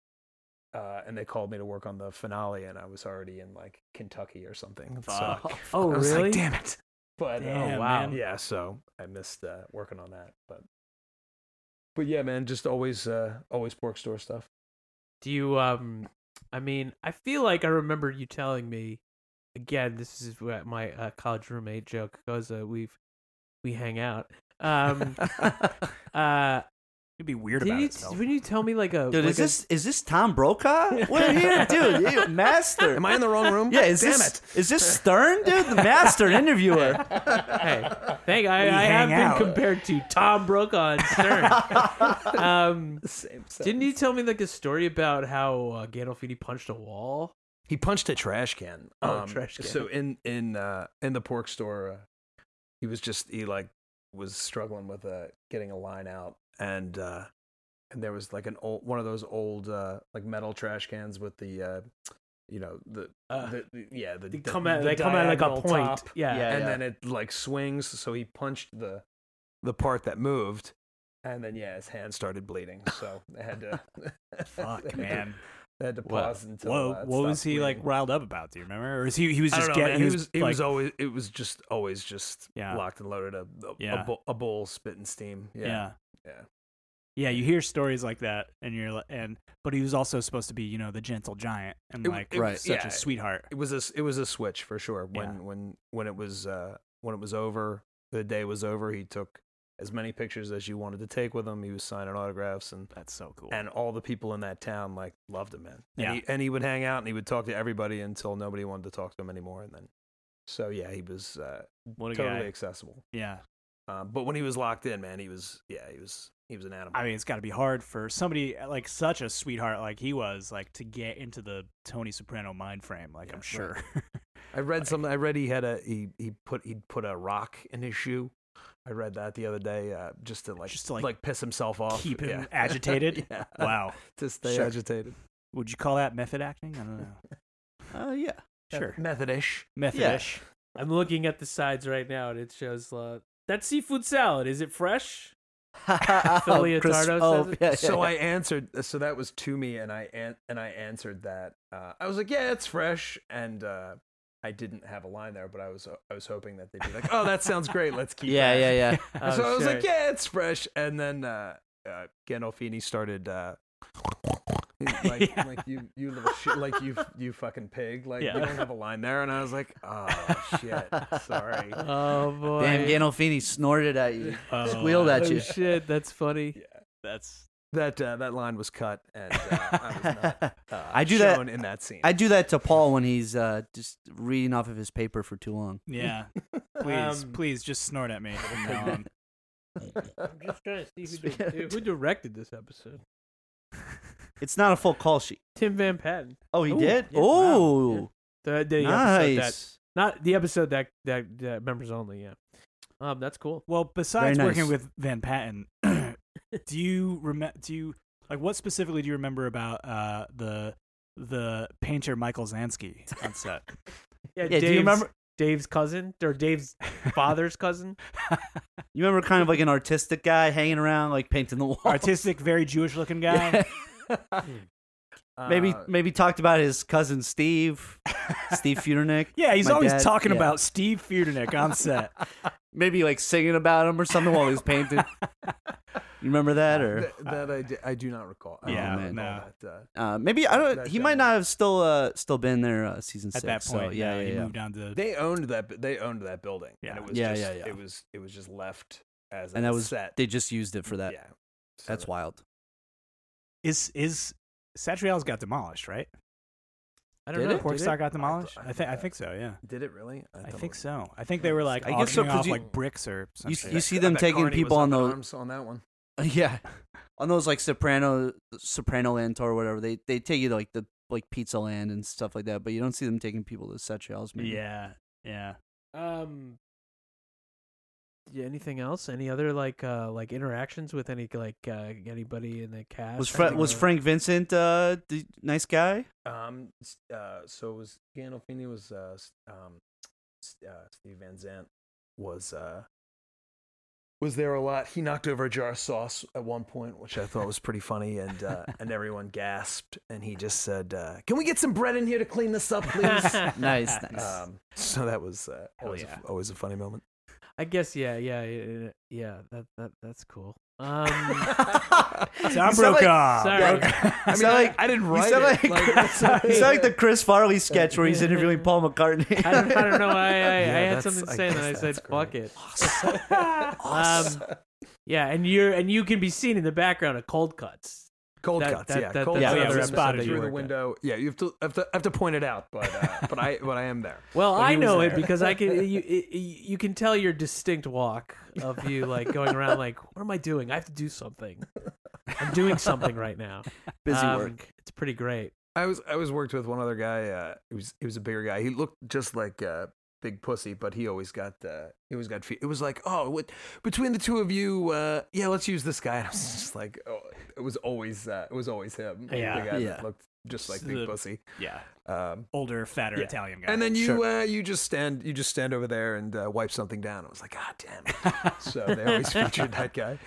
S5: Uh, and they called me to work on the finale, and I was already in like Kentucky or something.
S4: Fuck.
S5: So
S2: Oh
S5: I was
S2: really?
S5: like, "Damn it!" [LAUGHS] But uh,
S4: Damn,
S2: oh wow.
S4: man.
S5: yeah so i missed uh, working on that but but yeah man just always uh always pork store stuff
S2: Do you um? I mean, I feel like I remember you telling me. Again, this is where my uh, college roommate joke goes. Uh, we've we hang out. Um.
S5: [LAUGHS]
S2: uh.
S4: It'd be weird
S2: Did
S4: about
S2: you,
S4: it. though.
S2: when you tell me like a
S3: Dude,
S2: like
S3: is
S2: a-
S3: this is this Tom Brokaw? We're here, dude. You uh, master.
S5: am i in the wrong [LAUGHS] room
S3: yeah, is
S5: damn
S3: this
S5: it
S3: is this Stern, dude? The master and interviewer.
S5: [LAUGHS]
S2: hey, thank I,
S4: We
S2: I have
S4: hang out.
S2: been compared to Tom Brokaw and
S5: [LAUGHS]
S2: Stern. um,
S5: Same
S2: didn't
S5: sentence.
S2: you tell me like a story about how uh, Gandolfini punched a wall?
S5: he punched a trash can um,
S2: Oh, trash can.
S5: so in in uh in the pork store uh, he was just he like was struggling with uh getting a line out and uh and there was like an old one of those old uh like metal trash cans with the uh you know the,
S2: Uh,
S5: the, the yeah the
S2: They
S5: the-
S2: come out.
S5: the
S2: They come out like a
S5: diagonal
S2: point.
S5: top.
S2: Yeah.
S3: Yeah.
S5: and then it like swings so he punched the the part that moved and then yeah his hand started bleeding so they
S2: [LAUGHS]
S5: had to [LAUGHS] they had
S4: [LAUGHS] Fuck,
S5: to-
S4: man.
S5: they had to
S2: Wow.
S5: pause until
S4: Whoa,
S5: uh, it
S4: what was
S5: stopped
S4: he like
S5: bleeding.
S4: riled up about? Do you remember? Or is he he was
S5: I
S4: just
S5: don't know,
S4: getting
S5: man. He was he
S4: like,
S5: was always it was just always just
S4: Yeah.
S5: locked and loaded a a,
S4: Yeah.
S5: a, bowl, a bowl spitting steam
S4: yeah.
S5: yeah, yeah.
S4: Yeah, you hear stories like that, and you're li- and but he was also supposed to be, you know, the gentle giant and
S5: It-
S4: like
S5: it- Right.
S4: such
S5: yeah.
S4: a sweetheart.
S5: it was a s- it was a switch for sure. When
S4: Yeah.
S5: when when it was uh, when it was over, the day was over. He took as many pictures as you wanted to take with him. He was signing autographs and
S4: That's so cool.
S5: and all the people in that town like loved him, man. And
S4: Yeah.
S5: he, and he would hang out and he would talk to everybody until nobody wanted to talk to him anymore. And then so yeah, he was uh,
S4: what a
S5: totally
S4: guy.
S5: accessible.
S4: Yeah.
S5: Um, but when he was locked in, man, he was yeah, he was he was an animal.
S4: I mean, it's got to be hard for somebody like such a sweetheart like he was, like to get into the Tony Soprano mind frame. Like
S5: Yeah,
S4: I'm
S5: right.
S4: sure. [LAUGHS]
S5: I read something. I read he had a he he put he'd put a rock in his shoe. I read that the other day, uh, just to like
S4: Just to, like,
S5: piss himself off,
S4: keep him
S5: Yeah. [LAUGHS]
S4: agitated?
S5: yeah.
S4: wow.
S5: to stay
S4: Sure.
S5: agitated.
S4: Would you call that method acting? I don't know.
S3: Uh, yeah.
S4: Sure. [LAUGHS]
S5: Methodish.
S3: [LAUGHS]
S4: Methodish.
S2: I'm looking at the sides right now, and it shows uh, that seafood salad. Is it
S3: [LAUGHS]
S2: fresh?
S3: oh,
S2: Leotardo
S3: oh,
S2: says it.
S3: yeah, yeah,
S5: so
S3: yeah.
S5: I answered. So that was to me, and I an- and I answered that. Uh, I was like, "Yeah, it's fresh," and uh, I didn't have a line there, but I was uh, I was hoping that they'd be like, "Oh, that sounds great. Let's
S4: [LAUGHS]
S5: keep."
S3: Yeah,
S5: that."
S3: yeah, yeah.
S2: Oh,
S5: so I was like,
S2: sure.
S5: "Yeah, it's fresh," and then uh, uh, Gandolfini started. Uh,
S3: [LAUGHS]
S5: like,
S4: Yeah.
S5: like you, you little shit, like you, you fucking pig. Like
S4: Yeah.
S5: you don't have a line there, and I was like, oh shit,
S3: [LAUGHS]
S5: sorry.
S3: Uh.
S2: Oh boy.
S3: Damn, Gandolfini snorted at you,
S4: Oh,
S3: squealed at
S2: Oh
S3: you.
S2: shit, that's funny.
S4: That's
S5: That uh, that line was cut, and uh, I was
S3: [LAUGHS]
S5: not uh,
S3: I do that-
S5: shown in that [LAUGHS] scene.
S3: I [LAUGHS] do that to Paul when he's uh, just reading off of his paper for too long.
S4: yeah.
S3: [LAUGHS]
S4: Please,
S2: Um,
S4: please just snort at me. from now on.
S2: I'm just trying to see who,
S3: Speaking
S2: di-
S3: of-
S2: who directed this episode.
S3: It's not a full call sheet.
S2: Tim Van Patten.
S3: Oh, he
S2: Ooh,
S3: did.
S2: yeah, wow,
S3: oh,
S2: The, the episode that,
S3: nice.
S2: not the episode that, that that members only. Yeah. Um, that's cool.
S4: Well, besides
S3: nice.
S4: working with Van Patten, [CLEARS THROAT] do you remember? Do you like what specifically do you remember about uh, the the painter Michael Zansky on
S3: [LAUGHS]
S4: set?
S3: Yeah, do you
S2: Dave's-
S3: remember-
S2: Dave's cousin or Dave's
S3: [LAUGHS]
S2: father's cousin?
S3: You remember kind of like an artistic guy hanging around, like painting the wall.
S4: Artistic, very Jewish looking
S3: Yeah.
S4: guy.
S5: Uh,
S3: maybe maybe talked about his cousin Steve, Steve Futernick.
S4: Yeah, he's
S3: My
S4: always
S3: dad-
S4: talking
S3: yeah.
S4: about Steve
S3: [LAUGHS]
S4: Feudernick on set.
S3: Maybe like singing about him or something while he's painting. [LAUGHS] you remember that or?
S5: Th- that I, d- I do not recall. I
S4: Yeah,
S5: don't recall
S4: no.
S5: that, uh,
S3: Uh, maybe I don't.
S5: That
S3: He
S5: guy.
S3: might not have still uh, still been there uh, season
S4: At
S3: six.
S4: that
S3: so,
S4: point,
S3: yeah,
S4: no,
S3: yeah,
S4: he
S3: yeah.
S4: moved on to
S5: they owned that. bu- They owned that building.
S4: Yeah.
S5: and it was
S3: Yeah,
S5: just,
S3: yeah, yeah.
S5: It was it was just left as
S3: And
S5: a
S3: that was-
S5: set.
S3: They just used it for that.
S5: Yeah, So
S3: That's
S5: that-
S3: wild. [LAUGHS]
S4: is is Satrial's got demolished, right?
S2: I don't
S3: Did
S2: know.
S3: it?
S2: did
S4: Porkstar got demolished.
S5: I
S4: I think I
S5: thought-
S4: think so. Yeah,
S5: Did it really?
S4: I
S5: thought
S4: think
S5: it-
S4: so. I think they were like
S3: I guess so,
S4: auctioning
S3: 'cause
S4: off
S3: you-
S4: like bricks or
S3: You,
S4: something.
S3: you see
S5: I
S3: them
S5: bet
S3: taking
S5: Carney was
S3: people on
S5: up in
S3: the
S5: arms on that one.
S3: Yeah. On those like Soprano Soprano Land or whatever, they they take you to like the like Pizza Land and stuff like that, but you don't see them taking people to Setrials. maybe.
S4: yeah, yeah.
S2: Um. Yeah, anything else? Any other like uh like interactions with any like uh anybody in the cast?
S3: Was
S2: Anything
S3: Fra- was
S2: or-
S3: Frank Vincent uh the nice guy?
S5: Um. s- Uh. So it was Gandolfini was uh. s- Um. s- uh, Steve Van Zandt was uh. Was there a lot? He knocked over a jar of sauce at one point, which I thought was pretty funny, and [LAUGHS] uh, and everyone gasped. And he just said, uh, "Can we get some bread in here to clean this [LAUGHS] up, please?"
S3: Nice, nice.
S5: um, so that was uh,
S4: Hell
S5: always,
S4: yeah.
S5: a, always a funny moment.
S2: I guess yeah, yeah, yeah, yeah. That that that's cool.
S5: [LAUGHS]
S2: [LAUGHS] Um.
S4: Tom
S3: You sound like-
S4: Brokaw.
S2: Sorry.
S3: you
S4: [LAUGHS]
S5: I mean,
S3: sound
S5: I-
S3: like-
S5: I, didn't
S3: you
S5: write
S3: sound
S5: it.
S3: like, [LAUGHS] you sound like the Chris Farley sketch where he's interviewing Paul McCartney.
S2: I don't, I don't know. why I, I,
S5: [LAUGHS] Yeah,
S2: had
S5: that's-
S2: something to
S5: I
S2: say, and then I
S5: guess
S2: said,
S5: that's
S2: "Fuck
S5: great.
S2: it."
S5: [LAUGHS]
S3: Awesome.
S2: Um, yeah, and you're and you can be seen in the background of cold cuts.
S5: cold
S2: that-
S5: cuts.
S2: that-
S5: yeah,
S2: that-
S5: cold
S2: that's
S5: cuts.
S4: another
S5: Yeah,
S4: episode that you
S5: through the
S4: worked at.
S5: window. Yeah, you have to have to have to point it out, but [LAUGHS] uh, but I but I am there.
S2: Well,
S5: But
S2: I
S5: he was
S2: know it
S5: there.
S2: because I
S5: [LAUGHS]
S2: can. You, you you can tell your distinct walk of you like going around like, "What am I doing? I have to do something. I'm doing something right
S5: [LAUGHS]
S2: now."
S3: [LAUGHS] Busy
S2: Um,
S3: work.
S2: It's pretty great.
S5: I was I was worked with one other guy. Uh, he was he was a bigger guy. He looked just like uh, big pussy, but he always got uh, he always got feet. It was like oh, what between the two of you, uh, yeah, let's use this guy. [LAUGHS] And I was just like, oh, it was always uh, it was always him.
S4: Yeah.
S5: the guy
S3: Yeah.
S5: that looked just like
S4: The-
S5: big pussy.
S4: Yeah,
S5: Um,
S4: older, fatter
S5: Yeah.
S4: Italian guy.
S5: and then you
S3: Sure.
S5: uh, you just stand you just stand over there and uh, wipe something down. I was like, God damn [LAUGHS] it! so they always featured that guy.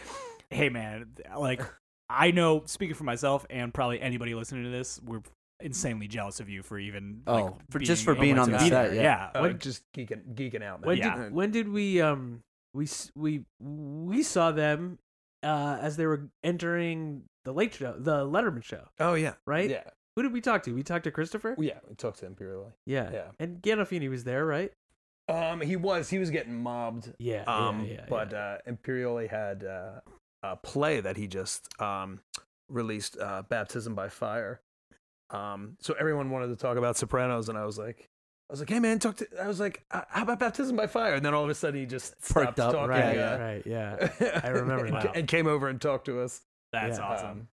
S4: hey man, like I know, speaking for myself and probably anybody listening to this, we're insanely jealous of you for even like,
S3: Oh, for- just for
S4: able
S3: being
S4: to
S3: on the
S4: be
S3: set,
S4: there.
S3: yeah.
S5: Uh,
S2: When-
S5: just Uh, geeking geeking out.
S2: When
S5: man.
S2: did when did we um we s- we we saw them uh, as they were entering the late show, the Letterman show,
S5: Oh yeah,
S2: right?
S5: Yeah,
S2: Who did we talk to? We talked to Christopher.
S5: yeah. We talked to him purely.
S2: yeah.
S5: yeah.
S2: And Gandolfini was there, right?
S5: Um, he was he was getting mobbed.
S2: Yeah.
S5: Um, but uh, Imperioli had uh, a play that he just um released, uh, Baptism by Fire. Um, so everyone wanted to talk about Sopranos, and I was like. I was like, "Hey man, talk to." I was like, "Uh, "How about baptism by fire?" And then all of a sudden, he just
S3: Perked
S5: stopped
S3: up,
S5: talking.
S3: right,
S5: uh,
S2: right.
S5: [LAUGHS]
S2: Yeah. I remember
S5: and,
S2: that.
S5: and came over and talked to us.
S4: That's
S2: Yeah.
S4: awesome.
S5: Um,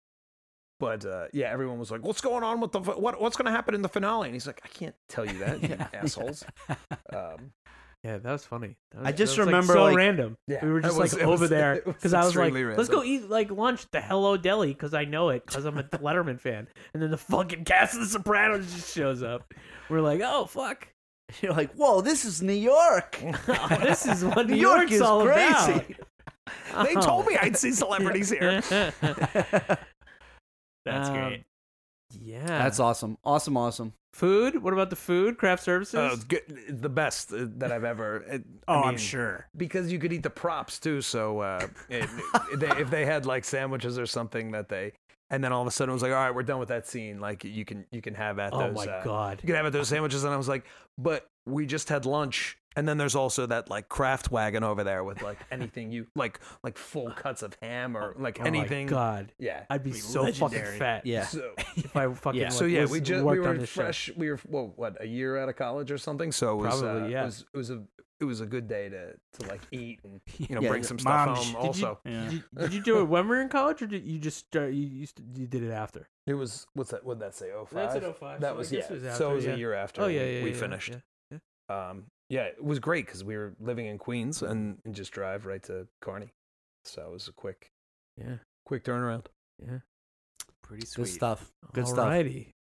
S5: but uh, yeah, everyone was like, "What's going on with the fi- what? What's going to happen in the finale?" And he's like, "I can't tell you
S4: [LAUGHS]
S5: that, you assholes." Um,
S2: Yeah, that was funny. That was,
S3: I just
S2: that was, like,
S3: remember,
S2: so
S3: like-
S2: random.
S5: Yeah,
S2: we were
S5: it
S2: just
S5: was-
S2: like
S5: it
S2: over
S5: was- [LAUGHS]
S2: there
S5: it was
S2: because I was like,
S5: extremely
S2: "Let's go
S5: random.
S2: eat like lunch at the Hello Deli" because I know it because
S5: [LAUGHS]
S2: I'm a Letterman fan. And then the fucking cast of The Sopranos just shows up. We're like, "Oh fuck, [LAUGHS] Oh,
S3: You're like, whoa, this is New York.
S2: this is what
S5: [LAUGHS]
S2: New,
S3: New York
S2: York's
S3: is
S2: all
S3: crazy.
S2: about."
S5: they told me [LAUGHS] I'd see
S2: [LAUGHS]
S5: celebrities
S4: [LAUGHS]
S5: here. [LAUGHS]
S4: That's
S2: Um,
S4: great.
S2: Yeah,
S3: That's awesome. Awesome, awesome.
S2: food. What about the food? Craft services.
S5: Oh, it's good, it's the best uh, that I've ever. it-
S4: Oh, I
S5: I
S4: am
S5: mean,
S4: sure.
S5: because you could eat the props too. So uh, it, they, if they had like sandwiches or something that they, and then all of a sudden it was like, "All right, we're done with that scene. Like you can you can have at
S2: Oh
S5: those."
S2: my
S5: uh,
S2: god.
S5: you can have it those sandwiches and i was like but we just had lunch and then there's also that like craft wagon over there with like anything you like like full cuts of ham or like
S2: Oh my
S5: anything
S2: god.
S5: yeah
S2: I'd be,
S4: Be
S2: so
S4: legendary.
S2: fucking fat.
S3: Yeah.
S5: so,
S2: [LAUGHS] If I fucking
S3: Yeah.
S2: Like,
S5: so [LAUGHS] yeah
S2: was-
S5: we just we
S2: worked on
S5: were
S2: this show.
S5: fresh we were what what a year out of college or something so it was
S2: Probably,
S5: uh,
S2: yeah.
S5: it was it was a it was a good day to to like eat
S2: [LAUGHS]
S5: and you know
S3: Yeah,
S5: bring
S3: yeah.
S5: some
S4: Mom,
S5: stuff
S4: did
S5: home
S4: you-
S5: also
S4: Yeah.
S2: Did you, did you do it when we were in college, or did you just start? You you, st- you did it after?
S5: it was what's that what did that say 05
S2: That's an 05, so
S5: that
S2: I
S5: was yeah
S2: guess it was
S5: so
S2: after,
S5: it was
S2: yeah.
S5: a year after
S2: oh yeah, yeah,
S5: we
S2: yeah,
S5: finished
S2: yeah.
S5: um, yeah, it was great because we were living in Queens and, and just drive right to Kearney. So it was a quick,
S2: Yeah.
S5: quick turnaround.
S4: Pretty sweet.
S3: Good stuff. Good stuff.
S2: Alrighty.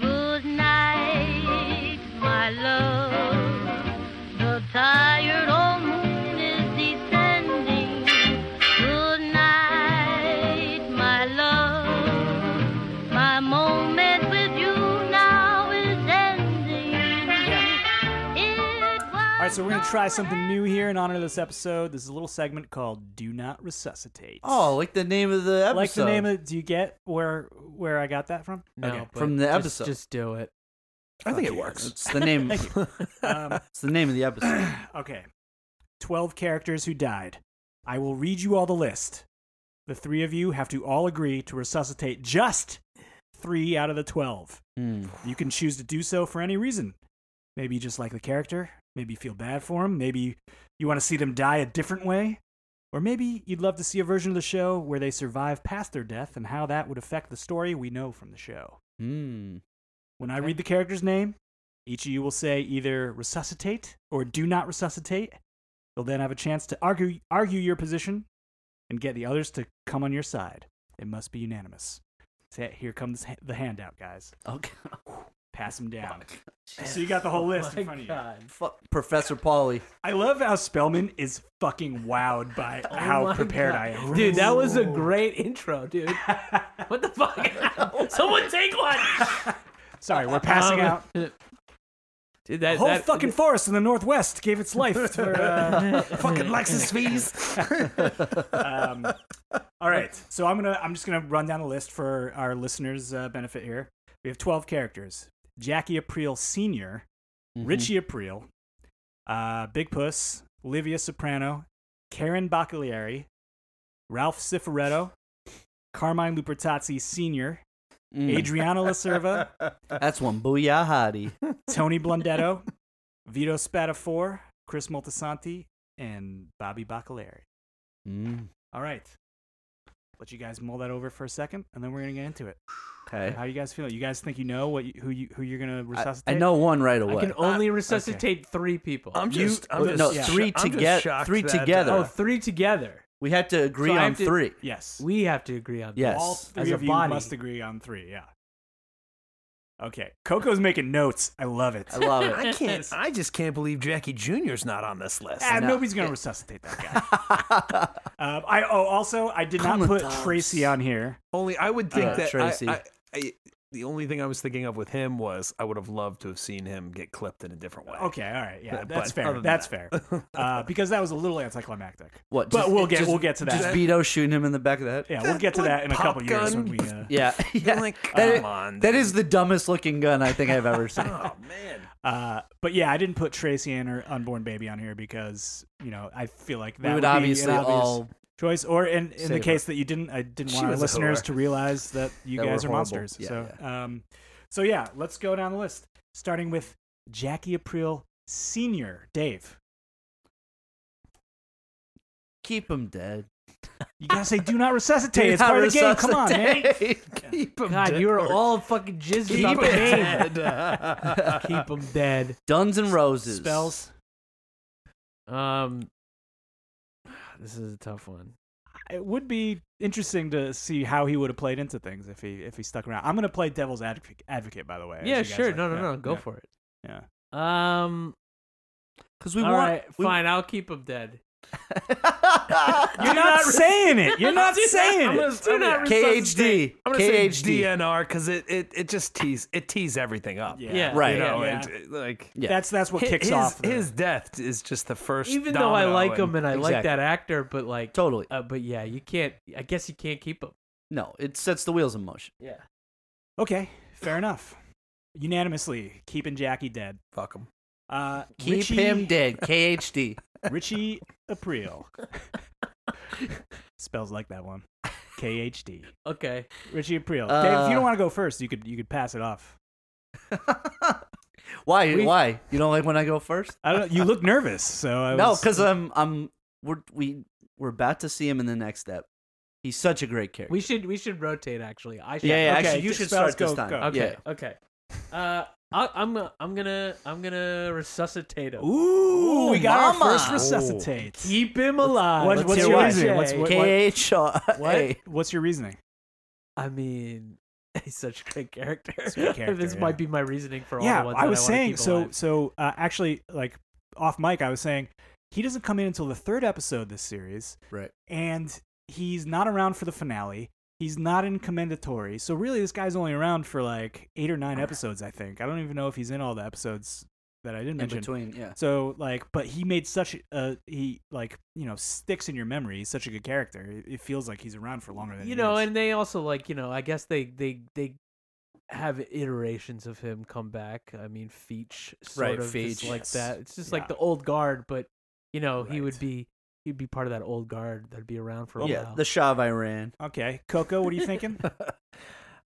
S6: Good night, my love. The tired old moon is descending. Good night, my love. My moment with you now is ending. It was
S4: All right, so we're going to try something new here in honor of this episode. This is a little segment called Do Not Resuscitate.
S3: Oh, like the name of the episode.
S4: like the name of Do you get where where I got that from?
S2: No,
S5: Okay.
S2: but
S3: From the
S2: just-
S3: episode.
S2: Just do it.
S5: I think it
S4: Okay.
S5: works.
S3: It's the name.
S4: Thank
S3: it's [LAUGHS]
S4: Um,
S3: the name of the episode.
S4: okay. 12 characters who died. I will read you all the list. The three of you have to all agree to resuscitate just three out of the 12.
S3: Hmm.
S4: You can choose to do so for any reason. Maybe you just like the character. Maybe you feel bad for him. Maybe you want to see them die a different way. Or maybe you'd love to see a version of the show where they survive past their death and how that would affect the story we know from the show.
S3: Hmm.
S4: When I read the character's name, each of you will say either resuscitate or do not resuscitate. You'll then have a chance to argue, argue your position and get the others to come on your side. It must be unanimous. So here comes ha- the handout, guys.
S2: Oh,
S3: Okay.
S4: Pass them down. So you got the whole list in front of you.
S3: Fuck Professor Polly.
S4: I love how Spellman is fucking
S2: [LAUGHS]
S4: wowed by how
S2: Oh my
S4: prepared
S2: God.
S4: I am. for
S2: Dude,
S4: this.
S2: that was a great intro, dude. what the fuck? [LAUGHS] Someone take one.
S4: Sorry, we're passing
S2: Um,
S4: out.
S2: Dude, that
S4: The whole
S2: that-
S4: fucking forest in the northwest gave its [LAUGHS] life to uh,
S5: Fucking Lexus fees.
S4: um, all right so i'm gonna i'm just gonna run down the list for our listeners uh, benefit here we have 12 characters jackie aprile senior richie aprile uh, big puss livia soprano karen bacalieri ralph cifaretto carmine lupertazzi senior
S3: Mm.
S4: adriana laserva
S3: That's one. Booyah Hottie.
S4: tony blundetto vito spatafor chris moltisanti and bobby bacalieri
S3: Mm.
S4: all right let you guys mull that over for a second and then we're gonna get into it
S3: Okay.
S4: How you guys feeling? You guys think you know what you, who you who you're gonna
S3: Eh. I,
S4: resuscitate?
S3: I know one right
S2: I
S3: away.
S2: can only resuscitate three people.
S5: I'm
S3: You-
S5: just, I'm
S4: no,
S5: just
S4: yeah.
S5: sho-
S3: three
S5: I'm just
S3: toge-
S5: shocked
S3: three
S5: that, uh,
S3: together.
S2: oh, three together.
S3: we had to agree
S2: So I
S3: on
S2: have to-
S3: three.
S4: Yes.
S2: We have to agree on.
S3: Yes.
S4: All
S2: As
S4: three
S2: a
S4: of you
S2: body.
S4: must agree on three. Yeah. Okay, Coco's making notes. I love it.
S3: I
S2: Oh,
S3: love
S5: [LAUGHS]
S3: it.
S5: I can't.
S2: [LAUGHS]
S5: I just can't believe Jackie Jr.'s not on this list.
S4: Ah, nobody's gonna resuscitate that
S3: [LAUGHS]
S4: guy. um, I oh, also I did
S3: Come
S4: not
S3: with
S4: put
S3: us.
S4: Tracy on here.
S5: Only I would think
S3: Uh,
S5: that I-
S3: Tracy.
S5: I- I- the only thing I was thinking of with him was I would have loved to have seen him get clipped in a different way.
S4: Okay, all right, yeah,
S5: But
S4: that's
S5: other
S4: fair.
S5: than
S4: That's
S5: that-
S4: fair. Uh, because that was a little anticlimactic.
S3: What?
S4: But
S3: just-
S4: we'll get
S3: just-
S4: we'll get to
S3: Just
S4: that.
S3: Beto shooting him in the back of the head.
S4: yeah, we'll get to
S5: Like
S4: that in a couple
S5: pop
S4: years
S5: gun.
S4: when
S3: [LAUGHS]
S4: we. Uh, [LAUGHS]
S3: Yeah, yeah.
S5: Like,
S3: That
S5: come
S3: is-
S5: on,
S3: that
S5: dude.
S3: is the dumbest looking gun I think I've ever
S4: [LAUGHS]
S3: seen.
S5: Oh man.
S4: uh, but yeah, I didn't put Tracy and her unborn baby on here because you know I feel like that
S3: we would
S4: be an
S3: obviously
S4: obvious
S3: all.
S4: choice. Or in in
S3: save
S4: the
S3: her.
S4: case that you didn't, I didn't
S5: She
S4: want our
S5: was a
S4: listeners
S5: whore.
S4: to realize that you
S3: That we're
S4: guys are
S3: horrible.
S4: monsters.
S3: Yeah,
S4: so, um, so yeah, let's go down the list, starting with Jackie Aprile Senior. Dave,
S3: Keep him dead.
S4: you gotta
S3: [LAUGHS]
S4: say, do not resuscitate. it's part of the game. Come on, man. [LAUGHS]
S5: Keep him
S2: God,
S5: dead.
S2: you are all fucking jizzing on the name.
S4: [LAUGHS]
S3: [LAUGHS]
S2: Keep them dead.
S3: Duns and Roses.
S4: Spells.
S2: Um, [SIGHS] this is a tough one.
S4: It would be interesting to see how he would have played into things if he if he stuck around. I'm gonna play devil's advocate, advocate by the way. as
S2: yeah,
S4: you guys
S2: sure.
S4: like.
S2: no, no,
S4: Yeah,
S2: no. Go
S4: yeah,
S2: for it.
S4: Yeah.
S2: Um.
S3: Because we
S2: all
S3: want.
S2: right,
S3: we-
S2: fine. I'll keep them dead. [LAUGHS]
S4: You're not saying it. [LAUGHS] You're not
S2: Do not- [LAUGHS]
S4: saying
S2: I'm
S4: it.
S2: gonna- do not
S3: KHD.
S5: I'm gonna say
S3: KHD.
S5: DNR because it, it it just tees it tees everything up.
S2: Yeah.
S3: Right.
S5: You know,
S4: Yeah.
S5: it- it- like
S3: Yeah.
S4: That's that's what
S5: hi-
S4: kicks
S5: his,
S4: off the-
S5: his death is just the first.
S2: Even though I
S5: domino
S2: like
S5: and-
S2: him and I like
S3: Exactly.
S2: that actor, but like,
S3: Totally.
S2: uh, but yeah, you can't. I guess you can't keep him.
S3: No, it sets the wheels in motion.
S2: Yeah.
S4: Okay, fair enough. Unanimously, keeping Jackie dead.
S5: fuck him.
S4: Uh,
S3: Keep
S4: Richie,
S3: him dead.
S4: [LAUGHS]
S3: KHD.
S4: Richie April. Spells like that one. KHD.
S2: Okay.
S4: Richie April. Dave, if you
S3: Uh,
S4: don't want to go first, you could you could pass it off.
S3: Why?
S2: We-
S3: Why? You don't like when I go first?
S4: I don't. You look nervous, so I
S3: No,
S4: was-
S3: because I'm I'm we're we we're about to see him in the next step. He's such a great character.
S2: We should we should rotate. Actually, I should.
S3: yeah, yeah.
S4: Okay,
S3: actually, you should
S4: spells
S3: start this
S4: go-
S3: time.
S4: go.
S2: Okay.
S3: Yeah.
S2: Okay. Uh, I, I'm gonna- I'm gonna I'm gonna resuscitate him.
S4: Ooh, we got
S3: mama.
S4: our first resuscitate.
S2: Keep him alive.
S4: What-
S3: Let's
S4: what's
S3: hear
S4: your
S3: why.
S4: reasoning? What's, what, what,
S3: KHR.
S4: what? What's your reasoning?
S2: I mean, [LAUGHS] he's such a great character. [LAUGHS]
S4: Great character,
S2: this
S4: yeah.
S2: might be my reasoning for all
S4: yeah,
S2: the ones
S4: I
S2: that
S4: was
S2: wanna
S4: saying
S2: keep
S4: so.
S2: alive.
S4: So uh, actually, like off mic, I was saying he doesn't come in until the third episode this series,
S3: Right.
S4: and he's not around for the finale. He's not in Commendatory, so really, this guy's only around for like eight or nine episodes. I think I don't even know if he's in all the episodes that I didn't
S3: In
S4: mention.
S3: between, yeah.
S4: So like, but he made such a uh, he like you know sticks in your memory. He's such a good character. It, it feels like he's around for longer than
S2: you
S4: he
S2: know,
S4: is.
S2: and they also like you know, I guess they they they have iterations of him come back. I mean, Feach sort
S3: Right,
S2: of is
S3: Feach.
S2: like
S4: Yes.
S2: that. It's just
S4: Yeah.
S2: like the old guard, but you know, he would
S4: Right. Oh,
S2: be he'd be part of that old guard that'd be around for a
S3: yeah,
S2: while.
S3: the Shah of Iran.
S4: okay, Coco, what are you thinking?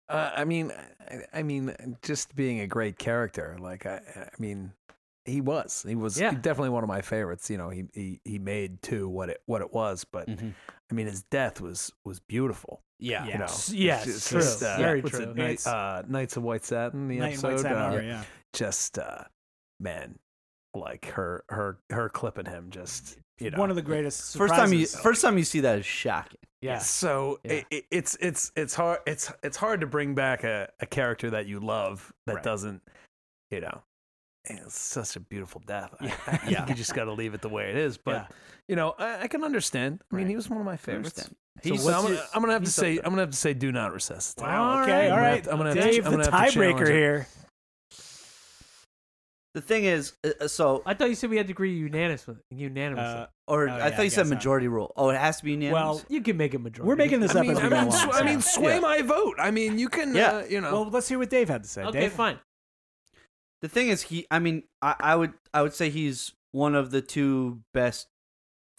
S5: Uh, I mean, I, I mean, just being a great character. Like, I, I mean, he was, he was
S2: Yeah.
S5: definitely one of my favorites. You know, he he he made too what it what it was, but
S4: Mm-hmm.
S5: I mean, his death was was beautiful.
S3: Yeah.
S5: You know,
S2: S-
S5: It's
S2: yes, true. Very
S5: what's
S2: true.
S5: It, Night,
S4: Nights-
S5: uh, Knights of White Satin, the
S4: Night in
S5: episode,
S4: White Satin
S5: uh,
S4: Armor, yeah.
S5: just uh, man, like her her her clipping him, just you know,
S4: one of the greatest.
S3: First time you
S4: surprises.
S3: first time you see that is shocking.
S2: yeah.
S5: So
S2: Yeah.
S5: i- i- it's it's it's hard it's it's hard to bring back a, a character that you love that
S4: Right.
S5: doesn't you know. It's such a beautiful death. I-
S4: Yeah.
S5: I, think
S4: Yeah.
S5: you just got to leave it the way it is. But
S4: Yeah.
S5: you know, I, I can understand. I mean,
S4: Right.
S5: he was one of my favorites.
S3: Understand.
S5: So
S3: He's-
S5: what- I'm, gonna, I'm gonna have to
S3: he's
S5: say
S3: something.
S5: I'm gonna have to say do not resuscitate.
S4: Wow. Okay. All
S5: I'm gonna
S4: right.
S5: have to- I'm gonna have to-
S4: Dave,
S5: I'm
S4: the
S5: gonna have to challenge
S4: tiebreaker
S5: it.
S4: here.
S3: The thing is, uh, uh, so
S2: I thought you said we had to agree unanimously. Unanimously,
S4: Uh,
S3: or
S4: oh,
S3: I
S4: yeah,
S3: thought
S4: I
S3: you said
S4: guess not.
S3: majority rule. Oh, it has to be unanimous.
S4: well,
S2: you can make it majority. [LAUGHS]
S4: we're making this
S5: I
S4: up
S5: mean,
S4: as
S5: I
S4: we go
S5: mean,
S4: along.
S5: sw- I
S4: so-
S5: mean, sway
S3: Yeah.
S5: my vote. I mean, you can,
S3: Yeah.
S5: uh, you know.
S4: well, let's hear what Dave had to say.
S2: okay,
S4: Dave,
S2: fine.
S3: the thing is, he. I mean, I, I would I would say he's one of the two best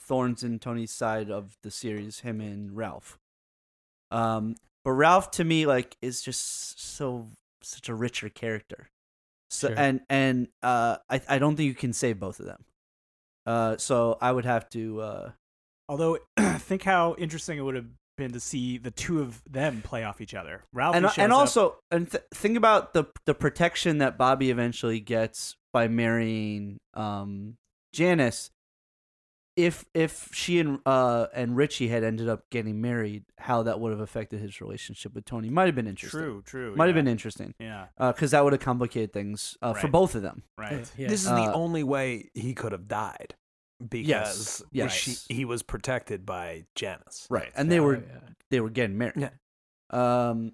S3: thorns in Tony's side of the series. Him and Ralph. Um, but Ralph to me like is just so such a richer character. So
S2: Sure.
S3: and and uh, I I don't think you can save both of them. Uh, so I would have to. Uh,
S4: Although, [CLEARS THROAT] think how interesting it would have been to see the two of them play off each other. Ralph
S3: and, uh,
S4: shows
S3: and
S4: up-
S3: also and th- think about the the protection that Bobby eventually gets by marrying um Janice if if she and uh and Richie had ended up getting married, how that would have affected his relationship with Tony might have been interesting.
S4: True, true.
S3: Might
S4: yeah.
S3: have been interesting
S4: Yeah,
S3: because that would have complicated things uh, for
S4: Right.
S3: both of them.
S4: right.
S2: Yeah.
S5: This is
S3: Uh,
S5: the only way he could have died because
S3: yes.
S5: she, he was protected by Janice.
S3: Right, and they were they were getting married. Um,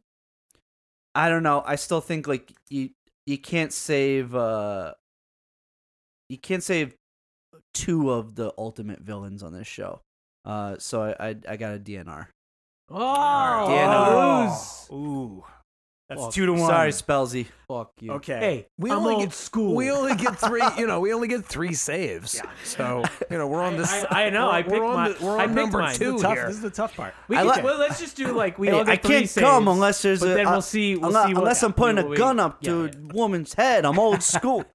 S3: I don't know. I still think like you you can't save uh you can't save two of the ultimate villains on this show. Uh, so I I, I got a DNR.
S2: Oh,
S3: Yeah,
S2: lose.
S4: Ooh, that's
S2: Fuck.
S4: two to one.
S3: Sorry, Spellsy.
S2: Fuck you.
S4: Okay.
S2: Hey,
S5: We
S2: I'm
S5: only
S2: old
S5: get-
S2: school.
S5: We only get
S2: [LAUGHS]
S5: three, you know. We only get three saves, so you know we're on this.
S2: [LAUGHS] I- I know,
S5: We're,
S2: I
S5: we're
S2: picked
S5: on
S2: my-
S5: the- we're
S2: I
S5: on
S2: picked
S5: number
S2: mine.
S5: two
S4: This is tough.
S5: here.
S4: This is the tough part.
S2: We
S3: I
S2: can
S3: like-
S2: do- well, let's just do like we
S3: Hey,
S2: all get
S3: I
S2: three
S3: can't
S2: saves,
S3: come unless there's
S2: but
S3: a.
S2: then
S5: uh,
S3: I-
S2: we'll see. We'll
S3: unless,
S2: see what
S3: unless I'm
S2: happens.
S3: putting a
S2: We-
S3: gun up
S2: yeah,
S3: to
S2: yeah.
S3: a woman's head. I'm
S2: [LAUGHS]
S3: old school.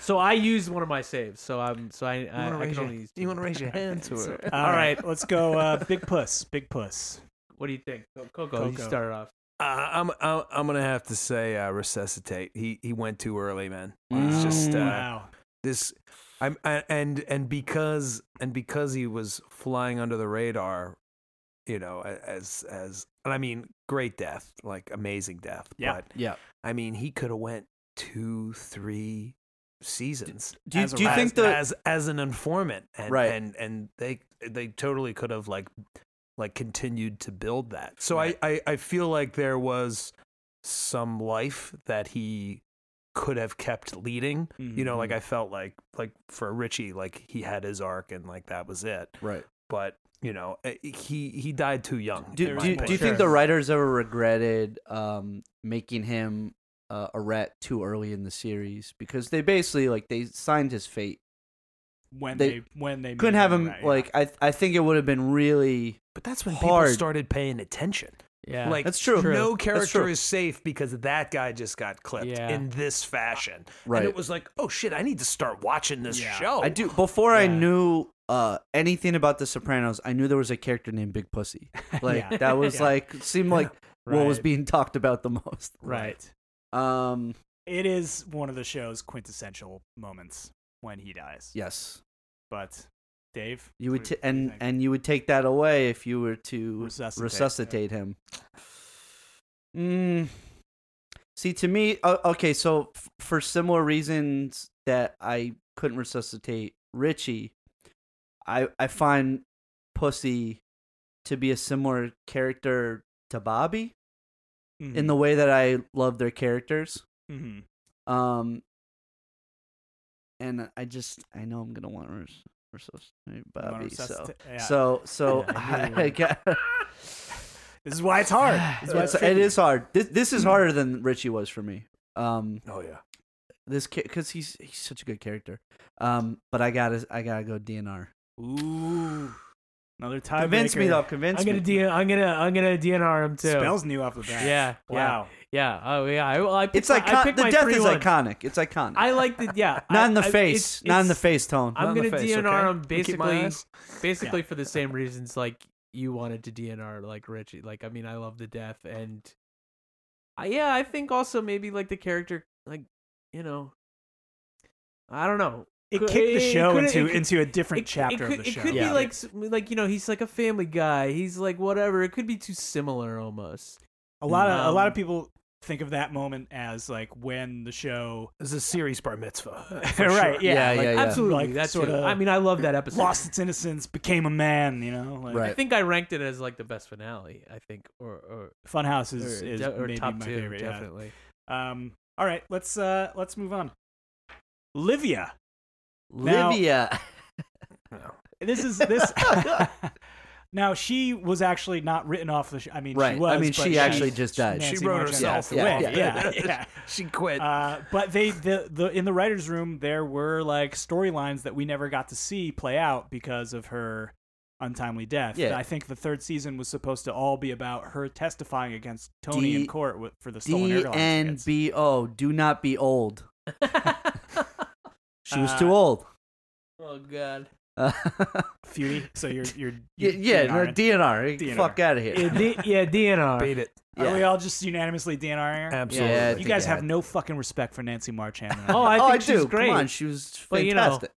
S2: So I used one of my saves. So I'm. So I.
S5: You wanna
S2: I, I
S5: raise
S2: can
S5: your-
S2: only use.
S5: you want
S2: [LAUGHS]
S5: to raise your hand to her?
S4: All right, let's go. Uh, big puss. Big puss.
S2: What do you think, Co- Coco? You
S4: Coco.
S2: started off.
S5: Uh, I'm, I'm I'm gonna have to say uh, resuscitate. He he went too early, man. It's just uh,
S4: wow.
S5: this. I'm I, and and because and because he was flying under the radar, you know, a- as as and I mean, great death, like amazing death.
S4: Yeah.
S5: But
S3: Yeah.
S5: I mean, he could have went two, three seasons.
S3: Do you,
S4: As a
S3: do you
S5: as,
S3: think the
S5: as as an informant, and,
S3: Right.
S5: And and they they totally could have like like continued to build that. So
S4: Right.
S5: I, I I feel like there was some life that he could have kept leading. You know,
S3: Mm-hmm.
S5: like I felt like like for Richie, like he had his arc and like that was it.
S3: right?
S5: But you know, eh, he he died too young.
S3: Do,
S5: in my
S3: do, do you
S5: opinion.
S3: think the writers ever regretted um, making him uh, a rat too early in the series because they basically like they signed his fate.
S4: when they,
S3: they
S4: when they
S3: Couldn't
S4: made
S3: have
S4: it,
S3: him
S4: right, yeah.
S3: like I. I think it would have been really
S5: But that's when
S3: hard.
S5: people started paying attention.
S2: Yeah.
S5: Like
S3: That's true. That's
S5: No
S3: true.
S5: character is safe because that guy just got clipped
S2: Yeah.
S5: in this fashion.
S3: Right.
S5: And it was like, oh shit, I need to start watching this
S4: Yeah.
S5: show.
S3: I do. Before I
S2: Yeah.
S3: knew uh, anything about The Sopranos, I knew there was a character named Big Pussy. Like
S4: [LAUGHS] Yeah.
S3: that was
S4: Yeah.
S3: like seemed
S4: [LAUGHS]
S3: like what was
S4: Right.
S3: being [LAUGHS] talked about the most.
S4: right.
S3: Um.
S4: It is one of the show's quintessential moments when he dies.
S3: Yes.
S4: But Dave,
S3: You would
S4: what
S3: t-
S4: do
S3: and
S4: think?
S3: and you would take that away if you were to
S4: Resuscitate.
S3: resuscitate, him. Mm. See, to me, o- okay, so f- for similar reasons that I couldn't resuscitate Richie, I I find Pussy to be a similar character to Bobby
S4: Mhm,
S3: in the way that I love their characters.
S4: mhm.
S3: Um, and I just I know I'm gonna want to res- resuscitate
S4: You wanna
S3: Bobby, so.
S4: resuscitate- yeah.
S3: So
S2: [LAUGHS]
S3: so
S4: Yeah, I
S3: I, [LAUGHS]
S4: knew.
S3: got,
S4: this is why
S3: [SIGHS]
S4: it's hard. This is why it's
S3: it's, it
S4: tricky.
S3: is hard. This this is harder than Richie was for me. Um,
S5: Oh yeah.
S3: this because he's he's such a good character. Um, but I gotta I gotta go DNR.
S4: Ooh, another
S3: [SIGHS]
S4: time.
S3: Convince me though. Convince
S2: I'm gonna
S3: me.
S2: D- I'm gonna I'm gonna DNR him too.
S4: Spells new off the bat.
S2: Yeah.
S4: Wow.
S2: Yeah. Oh yeah. I, well, I picked
S3: it's
S2: my, I
S3: iconic.
S2: picked
S3: The
S2: my
S3: death
S2: three
S3: is
S2: ones.
S3: iconic. It's iconic.
S2: I like the
S5: [LAUGHS]
S2: yeah.
S3: not
S2: I-
S3: in the
S2: I-
S3: face.
S2: it's-
S3: not in the
S2: it's-
S3: face tone.
S2: I'm
S5: Not in
S2: gonna
S5: the face,
S2: DNR
S5: okay?
S2: him
S5: You keep my
S2: basically,
S5: eyes?
S2: basically for the same reasons like you wanted to DNR like Richie. Like I mean, I love the death, and I, yeah, I think also maybe like the character, like you know, I don't know.
S4: It
S2: Could-
S4: kicked the
S2: it
S4: show
S2: could-
S4: into
S2: it could-
S4: into a
S2: It-
S4: different
S2: it
S4: chapter
S2: could-
S4: of the show.
S2: It could
S3: Yeah.
S2: be like s- like you know he's like a family guy. He's like whatever. It could be too similar almost.
S4: a lot of a lot of
S2: um,
S4: people think of that moment as like when the show
S5: It's a series bar mitzvah.
S4: [LAUGHS]
S5: for
S4: right
S3: Yeah,
S5: sure.
S4: yeah,
S3: yeah,
S4: like,
S3: yeah.
S2: Absolutely,
S4: like,
S2: that's sort
S4: sorta
S2: of. I mean, I love that episode.
S4: lost its innocence became a man you know like
S2: I
S3: Right.
S2: think I ranked it as like the best finale. I think, or or,
S4: funhouse
S2: or,
S4: is, is
S2: de- or
S4: maybe
S2: top
S4: my
S2: two,
S4: favorite yeah.
S2: definitely.
S4: [LAUGHS] um all right let's uh let's move on livia Now-
S2: [LAUGHS]
S3: Livia.
S4: this
S3: [LAUGHS]
S4: is this [LAUGHS] now she was actually not written off the sh- i mean
S3: Right.
S4: she was
S3: I mean,
S4: but
S3: she actually just died.
S5: She
S4: Nancy
S5: wrote
S4: Marchand-
S5: herself
S4: yeah,
S5: off.
S4: yeah, yeah, yeah.
S5: [LAUGHS] She [LAUGHS] quit.
S4: Uh, but they the, the in the writers' room there were like storylines that we never got to see play out because of her untimely death.
S3: Yeah.
S4: I think the third season was supposed to all be about her testifying against Tony in
S3: D-
S4: court wi- for the stolen
S3: D
S4: airline
S3: N
S4: tickets.
S3: B O. Do not be old. She was
S4: Uh,
S3: too old.
S2: Oh
S3: [LAUGHS]
S2: god.
S3: Uh,
S4: Feudy. So you're
S3: [LAUGHS]
S4: you're,
S3: yeah,
S4: you're
S3: yeah,
S4: DNRing.
S3: no, DNR.
S4: DNR.
S3: Fuck out of here. [LAUGHS]
S2: Yeah, D- yeah DNR.
S5: Beat it.
S4: Are we
S3: Yeah.
S4: all just unanimously DNRing? her?
S5: Absolutely.
S3: Yeah, I
S4: you
S3: think
S4: guys
S3: I
S4: have
S3: had-
S4: no fucking respect for Nancy Marchand.
S2: [LAUGHS] Oh, I
S3: oh,
S2: think
S3: I
S2: she's
S3: do.
S2: great.
S3: Come on, she was
S2: But, you know,
S3: fantastic.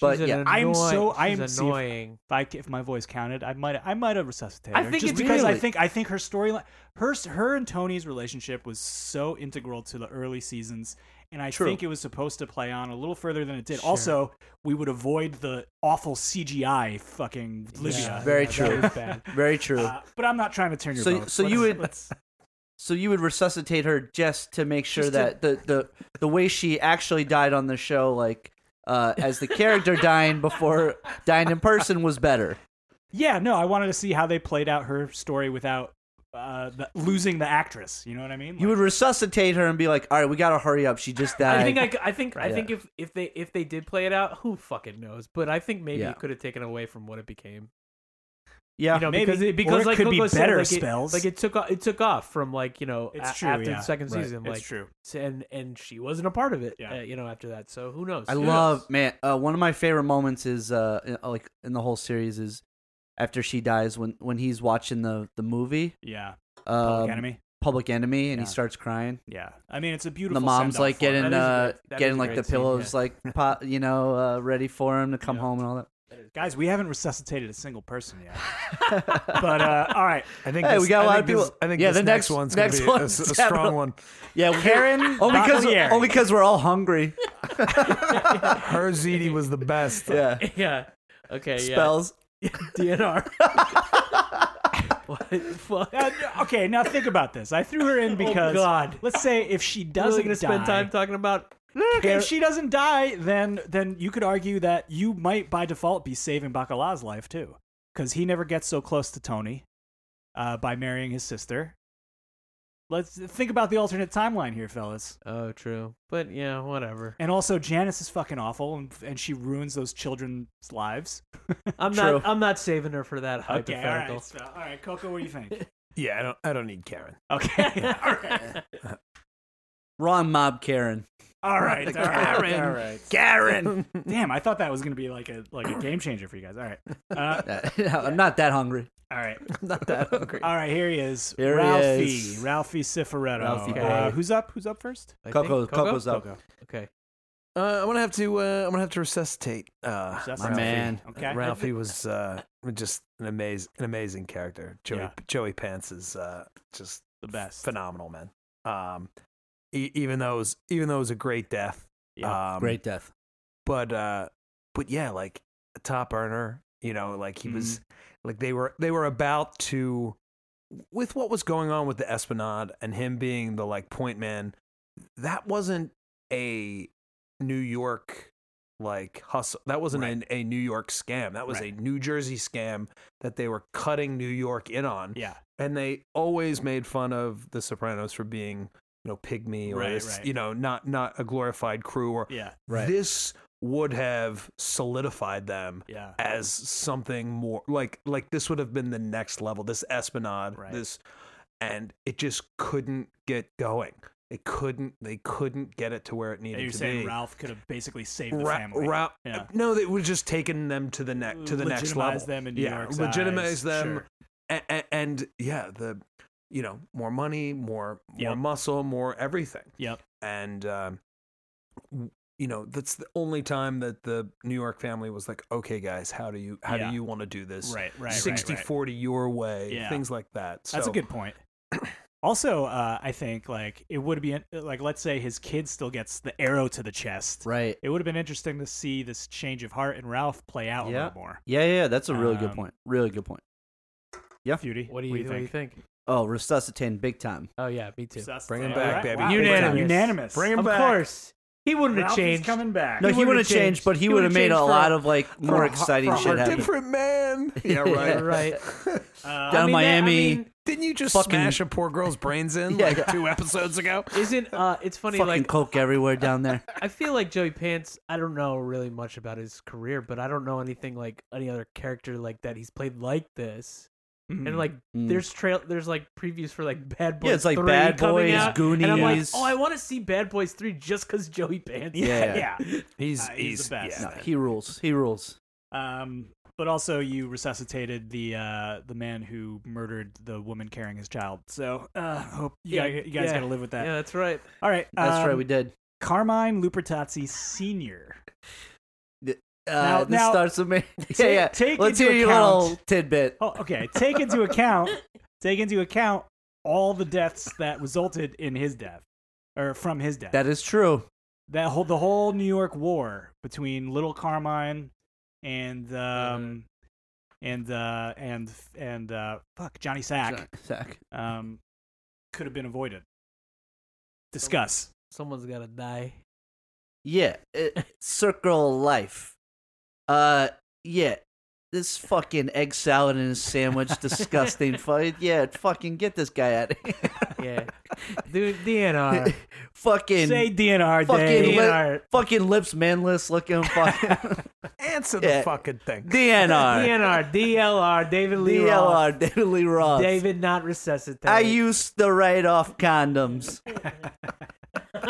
S3: But
S2: She's
S3: yeah,
S2: an
S4: I'm
S2: annoy-
S4: so- I
S2: she's
S4: am see if-
S2: annoying.
S4: If, I, if my voice counted, I might I might have resuscitated
S2: I
S4: her
S2: think
S4: just
S2: it's
S4: because I
S3: really-
S4: think I think her storyline, her her and Tony's relationship was so integral to the early seasons, and I
S3: True.
S4: think it was supposed to play on a little further than it did.
S2: Sure.
S4: Also, we would avoid the awful CGI fucking Livia.
S2: Yeah,
S3: very
S4: that
S3: true.
S4: was bad.
S3: very true.
S4: [LAUGHS] Uh, but I'm not trying to turn your
S3: So-
S4: votes.
S3: so you
S4: Let's-
S3: would-
S4: let's-
S3: so you would resuscitate her just to make sure
S4: Just to-
S3: that the, the the way she actually died on the show, like uh, as the character dying before dying in person, was better.
S4: yeah, no, I wanted to see how they played out her story without uh, the, losing the actress. You know what I mean?
S3: You
S4: Like-
S3: would resuscitate her and be like, "All right, we gotta hurry up. She just died."
S2: I think I, c- I think I
S3: Yeah.
S2: think if, if they if they did play it out, who fucking knows? But I think maybe
S3: Yeah.
S2: it could have taken away from what it became.
S3: yeah,
S2: you know,
S4: maybe.
S2: because it,
S4: Or
S2: because
S4: it
S2: like
S4: could be
S2: Coco said,
S4: better
S2: like
S4: spells.
S2: It, like it took o- it took off from like you know
S4: It's
S2: a-
S4: true,
S2: after
S4: yeah.
S2: the second
S5: Right.
S2: season,
S4: It's
S2: like
S4: true.
S2: s- and and she wasn't a part of it.
S4: Yeah.
S2: uh, you know after that, so who knows?
S3: I
S2: Who
S3: love
S2: knows? [LAUGHS]
S3: man. Uh, one of my favorite moments is uh, in- uh, like in the whole series is after she dies when when he's watching the the movie
S4: yeah, Public
S3: um,
S4: Enemy.
S3: Public Enemy, and he
S4: Yeah.
S3: starts crying.
S4: Yeah, I mean it's a
S3: And
S4: beautiful.
S3: the mom's
S4: send-off
S3: like
S4: for her.
S2: That
S3: getting
S2: is a
S3: uh,
S2: great- that is
S3: getting
S2: a
S3: like the
S2: great scene, yeah.
S3: pillows like pot, you know uh, ready for him to come
S4: Yeah.
S3: home and all that.
S4: Guys, we haven't resuscitated a single person yet. but uh, all right,
S5: I think
S3: Hey,
S5: this,
S3: we got a
S5: I
S3: lot
S5: think
S3: of people-
S5: This, I think
S3: Yeah,
S5: this
S3: the next-
S5: next, one's gonna
S3: next
S5: be a-
S3: [LAUGHS]
S5: a,
S3: one's
S5: s- a
S3: definitely-
S5: strong one.
S3: Yeah,
S4: Karen
S3: Only because,
S4: Botelieri.
S3: only because we're all hungry.
S5: [LAUGHS]
S3: [LAUGHS]
S5: Her ZD was the best.
S3: Yeah.
S2: yeah. Okay.
S3: Spells.
S2: Yeah.
S3: [LAUGHS]
S2: DNR. [LAUGHS] what the fuck?
S4: Uh, okay, now think about this. I
S2: [LAUGHS]
S4: threw her in because
S2: Oh, God.
S4: let's say if she
S2: Really
S4: doesn't
S2: gonna
S4: die,
S2: spend time talking about
S4: Look,
S2: Karen-
S4: [LAUGHS] if she doesn't die, then then you could argue that you might by default be saving Bacala's life too, because he never gets so close to Tony uh, by marrying his sister. Let's think about the alternate timeline here, fellas.
S2: Oh, true. But yeah, whatever.
S4: And also, Janice is fucking awful, and, and she ruins those children's lives.
S2: I'm
S3: True.
S2: not. I'm not saving her for that
S4: Okay, all
S2: hypothetical.
S4: right, so, all right, Coco, what do you think?
S5: Yeah, I don't. I don't need Karen.
S4: Okay, [LAUGHS] all right,
S3: Ron Mob [LAUGHS] Karen.
S4: all right, all right, all right.
S5: Karen.
S4: Damn, I thought that was gonna be like a like a game changer for you guys. All right, uh,
S3: [LAUGHS] I'm not that hungry.
S4: all right,
S3: Not [LAUGHS] that hungry.
S5: Uh,
S4: all right. Here he is,
S3: Here he
S4: Ralphie,
S3: is.
S4: Ralphie Cifaretto.
S3: Ralphie
S4: uh,
S2: Boy.
S4: who's up? Who's up first?
S2: I think-
S3: Coco, Coco's up.
S4: Coco,
S2: Okay.
S5: Uh, I'm gonna have to. Uh, I'm gonna have to resuscitate. Uh,
S4: That's
S3: My
S4: Ralphie.
S3: man.
S4: Okay,
S5: Ralphie was uh, just an amazing, an amazing character. Joey
S4: Yeah.
S5: Joey Pants is uh, just
S4: the best.
S5: phenomenal, man. Um, e- even though it was, even though it was a great death.
S4: Yeah,
S5: um,
S3: Great death.
S5: But uh, but yeah, like a top earner. You know, like he was,
S4: Mm-hmm.
S5: like they were, they were about to, with what was going on with the Esplanade and him being the like point man. That wasn't a New York like hustle. That wasn't
S4: Right.
S5: an, a New York scam. That was
S4: Right.
S5: a New Jersey scam that they were cutting New York in on.
S4: Yeah,
S5: And they always made fun of the Sopranos for being, you know, pygmy or
S4: Right,
S5: this,
S4: right.
S5: you know, not not a glorified crew or
S4: yeah,
S5: this would have solidified them
S4: yeah.
S5: as something more like like this would have been the next level this esplanade
S4: Right.
S5: this and it just couldn't get going they couldn't they couldn't get it to where it needed
S4: You're
S5: to
S4: saying
S5: be
S4: Ralph could have basically saved the
S5: Ra-
S4: family.
S5: ra- uh,
S4: Yeah.
S5: no they were just taking them to the next to the next
S4: Legitimize
S5: level
S4: them in New
S5: yeah
S4: York's
S5: legitimize
S4: eyes,
S5: them
S4: sure.
S5: and, and, yeah the you know more money more more
S4: Yep.
S5: muscle more everything
S4: Yep.
S5: and um, w- you know that's the only time that the New York family was like, okay, guys, how do you how
S4: Yeah.
S5: do you want to do this?
S4: Right. Right.
S5: Sixty
S4: right, right.
S5: forty your way,
S4: Yeah.
S5: things like that.
S4: That's
S5: So,
S4: a
S5: [COUGHS]
S4: good point. Also, uh, I think like it would be like let's say his kid still gets the arrow to the chest.
S3: Right.
S4: It would have been interesting to see this change of heart and Ralph play out a
S3: Yeah.
S4: little more.
S3: Yeah, yeah, yeah, that's a really
S4: Um,
S3: good point. Really good point.
S4: Feudy,
S2: What do you, what do you think?
S3: Oh, resuscitating big time.
S2: Oh yeah, me too.
S4: Sus-
S5: Bring him
S4: all
S5: back, baby.
S4: Wow.
S2: Unanimous.
S4: Unanimous.
S5: Bring him
S2: of
S5: back.
S2: course, he wouldn't
S4: Ralphie's
S2: have changed.
S4: coming back.
S3: No, he,
S2: would've
S3: would have changed,
S2: changed.
S3: but he,
S2: He
S3: would
S2: would've
S3: have made
S2: changed
S3: a
S2: for
S3: lot
S2: a-
S3: of like
S5: For
S3: more
S5: a- for
S3: exciting
S5: a
S3: shit happen.
S5: different
S4: [LAUGHS]
S5: man. Yeah, right.
S2: right.
S4: Uh,
S3: Down
S2: I mean, that- I
S3: Miami.
S2: mean,
S5: [LAUGHS] Didn't you just
S3: Fucking-
S5: smash a poor girl's brains
S3: [LAUGHS]
S5: in
S3: Yeah,
S5: like
S3: yeah.
S5: two episodes ago?
S2: isn't uh? It's funny.
S3: Fucking
S2: Like
S3: coke everywhere down
S2: [LAUGHS]
S3: there.
S2: I feel like Joey Pants. I don't know really much about his career, but I don't know anything like any other character like that he's played like this.
S4: mhm.
S2: And like,
S3: Mm.
S2: there's trail. There's like previews for like Bad Boys.
S3: yeah, it's like
S2: 3
S3: Bad
S2: coming
S3: Boys,
S2: out,
S3: Goonies.
S2: And I'm like, oh, I want to see Bad Boys Three just because Joey Pants. [LAUGHS]
S3: Yeah.
S4: yeah.
S5: He's
S4: Uh, [LAUGHS] he's the best.
S3: no,
S5: Yeah.
S3: he rules. He rules.
S4: Um, but also you resuscitated the uh, the man who murdered the woman carrying his child. So uh, hope you,
S2: Yeah,
S4: guys, you guys
S2: yeah,
S4: got to live with that.
S2: Yeah, that's right.
S4: All right.
S3: That's
S4: um,
S3: right, we did.
S4: Carmine Lupertazzi Senior.
S3: Uh,
S4: Now-
S3: this
S4: now-
S3: starts with me. [LAUGHS] [LAUGHS] yeah,
S4: Take-
S3: yeah.
S4: take
S3: Let's
S4: into
S3: hear your
S4: account-
S3: little tidbit.
S4: [LAUGHS] Oh, okay. Take into account. take into account all the deaths that resulted in his death, or from his death.
S3: That is true.
S4: that whole the whole New York war between Little Carmine and um and uh and and uh fuck Johnny Sack
S3: Zach.
S4: um could have been avoided. Discuss.
S2: Someone's got to die.
S3: Yeah, it, circle of life. Uh, yeah, this fucking egg salad in his
S4: [LAUGHS]
S3: sandwich, disgusting. Fuck yeah, fucking get this guy out of here.
S2: Yeah. Dude,
S4: [LAUGHS]
S2: DNR.
S3: fucking,
S4: Say DNR
S3: fucking
S4: day.
S3: let-
S4: DNR.
S3: fucking lips manless
S4: [LAUGHS]
S3: looking. Fucking
S5: Answer
S3: Yeah.
S5: the fucking
S3: [LAUGHS]
S5: thing.
S3: DNR,
S2: DNR. DLR. David Lee Roth.
S3: DLR, David Lee Roth.
S2: David not resuscitated.
S3: I used to write off condoms.
S2: [LAUGHS]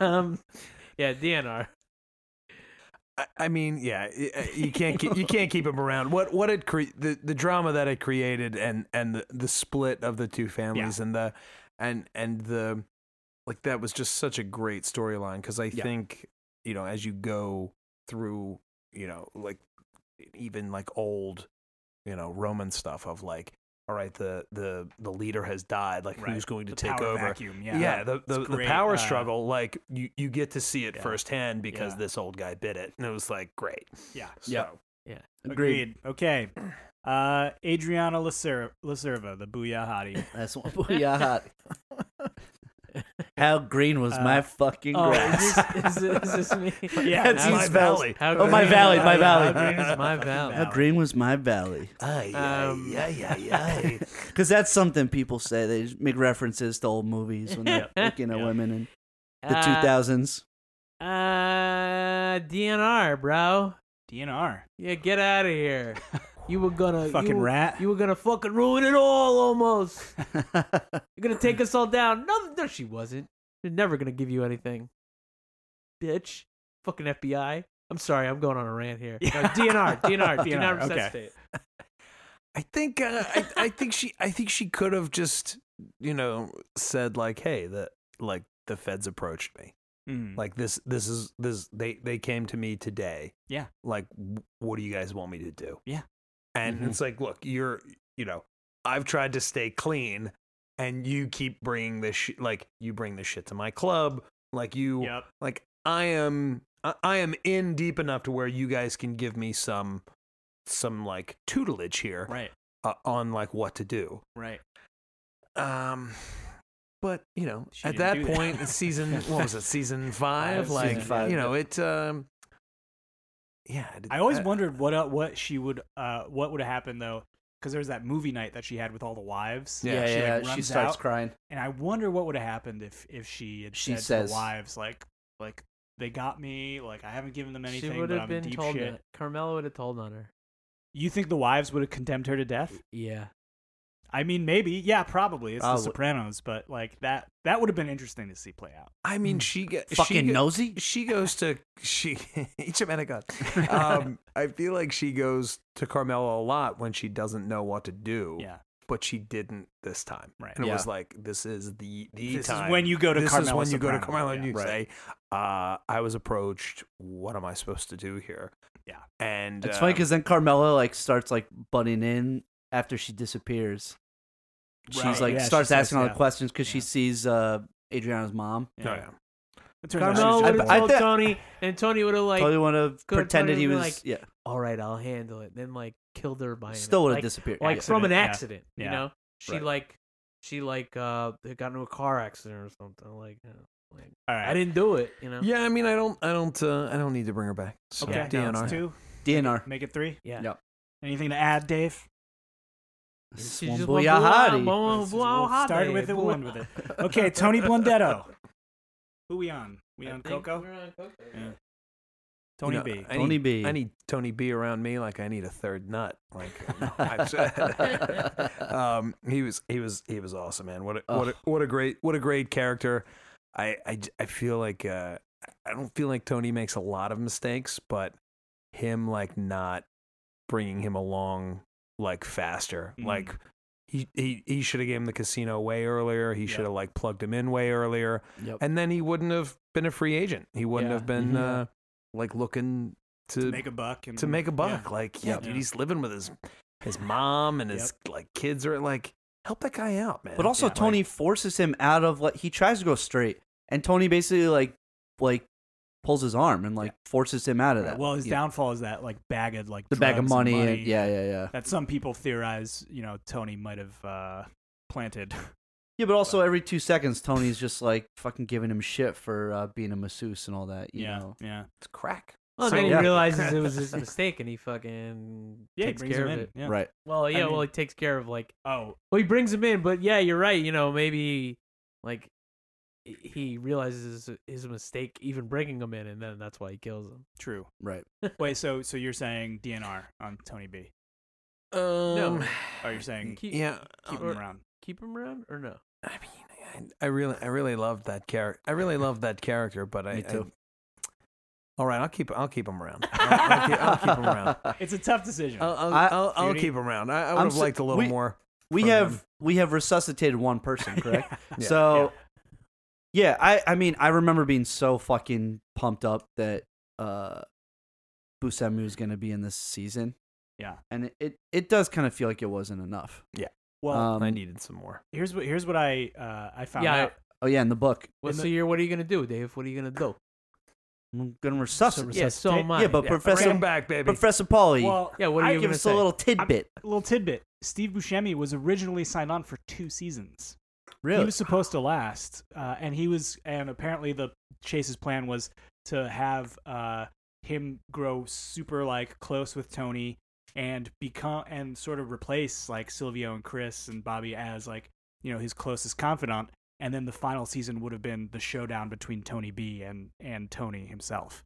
S2: um, yeah, DNR.
S5: I, I mean, yeah, y-
S4: [LAUGHS]
S5: uh, you can't keep, you can't keep him around. What what it cre- the the drama that it created and and the, the split of the two families and the and and the like that was just such a great storyline because I think you know as you go through you know like even like old you know Roman stuff of like all right the the the leader has died like
S4: Right.
S5: who's going to
S4: The
S5: take
S4: power
S5: over
S4: Vacuum. Yeah.
S5: yeah, the, the,
S4: It's
S5: the
S4: great,
S5: power
S4: uh,
S5: struggle like you, you get to see it
S4: yeah.
S5: firsthand because
S4: Yeah.
S5: this old guy bit it and it was like great
S4: Yeah.
S5: so
S4: Agreed. Okay. Uh, Adriana Lacer- Lacerva, the Booyah Hottie.
S3: That's one. Yeah, hot. How green was my
S4: Uh,
S3: fucking
S2: Oh,
S3: grass?
S2: is this, is, this- is this me?
S3: [LAUGHS]
S4: Yeah,
S3: That's
S5: my
S3: you spells.
S5: valley
S2: How
S3: Oh, my
S2: green-
S3: valley, my
S2: how
S3: valley.
S2: green is my valley.
S3: How green was my valley?
S5: Ay,
S2: Um,
S5: ay, ay, ay, ay.
S3: Because that's something people say. They just make references to old movies when they're looking at
S4: Yeah.
S3: women in the
S2: Uh,
S3: 2000s.
S2: Uh, DNR, bro.
S4: DNR.
S2: Yeah, get out of
S3: [LAUGHS]
S2: here. You were gonna
S4: Fucking
S2: Uh, you,
S4: rat.
S2: You were gonna fucking ruin it all almost.
S3: [LAUGHS]
S2: You're gonna take us all down. No, no, she wasn't. They're never gonna give you anything, bitch. Fucking FBI. I'm sorry, I'm going on a rant
S4: [LAUGHS]
S2: here. No,
S4: Yeah.
S2: DNR, DNR, do not
S4: DNR, [LAUGHS] okay.
S2: resuscitate.
S5: [LAUGHS] I think uh, I, I think she I think she could have just you know said like hey the like the feds approached me
S4: Mm.
S5: like this this is this they they came to me today
S4: Yeah.
S5: like w- what do you guys want me to do
S4: Yeah. Mm-hmm.
S5: and
S3: Mhm.
S5: it's like look you're you know i've tried to stay clean and you keep bringing this sh- like you bring this shit to my club like you
S4: Yep.
S5: like i am I, I am in deep enough to where you guys can give me some some like tutelage here
S4: Right.
S5: uh, on like what to do
S4: Right.
S5: um but you know
S4: She
S5: at
S4: didn't
S5: that
S4: do that.
S5: point season what was it season
S4: [LAUGHS]
S5: five
S4: Five,
S5: like
S3: season five,
S5: you know it um yeah did-
S4: I always wondered what uh, what she would uh what would have happened though because there was that movie night that she had with all the wives.
S5: Yeah,
S4: she, like, runs out,
S3: crying.
S4: and I wonder what would have happened if if she had
S3: She
S4: said to
S3: says-
S4: the wives like like they got me like I haven't given them anything.
S2: she
S4: would
S2: have
S4: have
S2: been
S4: deep
S2: told.
S4: shit.
S2: That. Carmela would have told on her.
S4: You think the wives would have condemned her to death?
S2: Yeah.
S4: I mean, maybe. Yeah, probably. It's
S3: Probably.
S4: The Sopranos, but like that that would have been interesting to see play out.
S5: i mean she get, she,
S3: Fucking
S5: go-
S3: nosy.
S5: she goes to [LAUGHS] she each man of
S4: [LAUGHS]
S5: god
S3: [LAUGHS]
S5: um i feel like she goes to carmela a lot when she doesn't know what to do
S4: Yeah.
S5: but she didn't this time
S4: Right.
S5: and it
S3: Yeah.
S5: was like this is the the
S4: This is
S5: E time.
S4: when you go to
S5: this is
S4: Carmela
S5: when you go to
S4: Soprano.
S5: carmela and
S4: Yeah.
S5: you
S3: Right.
S5: say uh i was approached what am i supposed to do here
S4: Yeah.
S5: and
S3: It's funny
S5: um,
S3: because then Carmela like starts like butting in after she disappears. She's
S4: Right.
S3: like
S4: Yeah, she
S3: starts
S4: says,
S3: asking all
S4: yeah.
S3: the questions because she
S4: Yeah.
S3: sees uh, Adriana's mom.
S5: oh, yeah.
S4: It turns out she
S2: Carmela
S4: was
S2: would
S4: just
S2: have
S3: I- I
S4: blind.
S2: told
S3: thought-
S2: Tony, and Tony would have like,
S3: totally would have
S2: Go to
S3: pretended he
S2: Tony
S3: was
S2: and be
S3: yeah.
S2: all right, I'll handle it. Then like killed her by
S3: Still would have
S2: like,
S3: disappeared.
S2: like
S3: Yeah.
S2: from an
S4: Accident,
S2: accident. You
S4: yeah. Yeah.
S2: know, she
S3: Right.
S2: like she like uh got into a car accident or something. Like, you know, like
S4: All right.
S2: I didn't do it. You know.
S5: Yeah, I mean, I don't, I don't, uh, I don't need to bring her back. So
S4: Okay.
S5: DNR.
S4: That's two.
S3: DNR.
S4: Make it three.
S2: Yeah.
S3: Yeah.
S4: Anything to add, Dave?
S2: She
S3: One
S2: just
S3: boy,
S2: went
S3: a
S2: blah,
S3: hottie.
S2: blah,
S4: This is-
S2: blah,
S4: we'll
S2: hottie,
S4: start with it, we'll
S2: blah.
S4: end
S2: [LAUGHS]
S4: with it. Okay, Tony Blundetto. Who we on? We
S2: I
S4: on
S2: think
S4: Coco?
S2: we're on Coco.
S4: Yeah. Tony
S5: You know,
S4: B.
S3: [LAUGHS]
S5: I
S3: Tony
S5: need,
S3: B. [LAUGHS]
S5: I need Tony B around me like I need a third nut. [LAUGHS] Like,
S3: [LAUGHS]
S4: [LAUGHS]
S5: I've- um, he was, he was, he was awesome, man. What, a, what, a, what a great, what a great character. I, I, j- I feel like, uh, I don't feel like Tony makes a lot of mistakes, but him like not bringing him along like faster,
S4: Mhm.
S5: like. He, he, he should have gave him the casino way earlier. He should have like plugged him in way earlier.
S3: Yep.
S5: and then he wouldn't have been a free agent. He wouldn't
S2: Yeah.
S5: have been
S3: Mhm.
S5: uh, like looking to
S4: make a buck and
S5: to make a buck. Like, yeah,
S4: Mm-hmm. Yeah.
S5: dude, he's living with his his mom and
S4: Yep.
S5: his like kids are like, help that guy out, man.
S3: But also
S4: Yeah.
S3: Tony forces him out of like he tries to go straight, and Tony basically like like pulls his arm and like forces him out of
S4: Right,
S3: that.
S4: Well, his
S3: you know,
S4: downfall is that like bag of like
S3: the bag of
S4: drugs
S3: money,
S4: and
S3: And, yeah, yeah, yeah,
S4: that some people theorize you know Tony might have uh, planted.
S3: yeah. But also every two seconds, Tony's just like fucking giving him shit for uh, being a masseuse and all that. You
S4: [LAUGHS] yeah,
S3: know,
S4: yeah,
S5: it's crack.
S2: Well, then
S4: So-
S2: he
S4: Yeah.
S2: realizes
S4: [LAUGHS]
S2: it was his mistake, and he fucking
S4: yeah. he
S2: takes
S4: brings
S2: care
S4: him
S2: of
S4: in,
S2: it.
S4: yeah.
S3: right?
S2: Well, yeah,
S4: mean-
S2: well, he takes care of like.
S4: Oh,
S2: Well, he brings him in, but yeah, you're right. You know, maybe like h- he realizes his mistake, even bringing him in, and then that's why he kills him.
S4: true.
S3: Right.
S4: Wait, so so you're saying DNR on Tony B?
S5: Um,
S4: Or you're saying keep,
S2: Keep,
S5: yeah,
S4: him
S5: um,
S4: around?
S2: keep him around or no?
S5: I mean, I, I really, I really loved that character. I really loved that character, but I.
S3: Me
S5: I-
S3: too.
S5: all right, I'll keep, I'll keep him around. I'll, I'll keep, I'll keep him around.
S4: It's a tough decision.
S5: I'll, I'll,
S3: I-
S5: I, will i will
S4: Judy?
S5: keep him around. I, I would
S3: I'm
S5: have
S3: so-
S5: liked a little
S3: we-
S5: more.
S3: we
S5: from
S3: have
S5: him.
S3: we have resuscitated one person, correct?
S5: Yeah.
S3: so yeah. I I mean I remember being so fucking pumped up that uh Buscemi was going to be in this season.
S4: Yeah.
S3: And it it, it does kind of feel like it wasn't enough.
S4: well,
S3: um,
S5: I needed some more.
S4: here's what here's what I uh, I found
S2: Yeah, I-
S4: out.
S3: Oh yeah, in the book.
S2: Well,
S4: In
S2: so
S4: the-
S2: you're what are you gonna do, Dave? What are you gonna do?
S3: I'm going to resuscitate.
S2: Yeah, so
S4: resuscitate-
S2: am I.
S3: yeah, but
S4: yeah,
S5: Bring
S3: Professor
S5: him back, baby.
S3: Professor Polly,
S4: well,
S2: yeah, what are
S4: I-
S2: you
S3: give
S2: gonna
S3: us
S2: say?
S3: a little tidbit.
S4: little tidbit. Steve Buscemi was originally signed on for two seasons.
S3: really?
S4: He was supposed to last, uh, and he was, and apparently the Chase's plan was to have uh, him grow super like close with Tony and become and sort of replace like Silvio and Chris and Bobby as like you know his closest confidant, and then the final season would have been the showdown between Tony B and and Tony himself,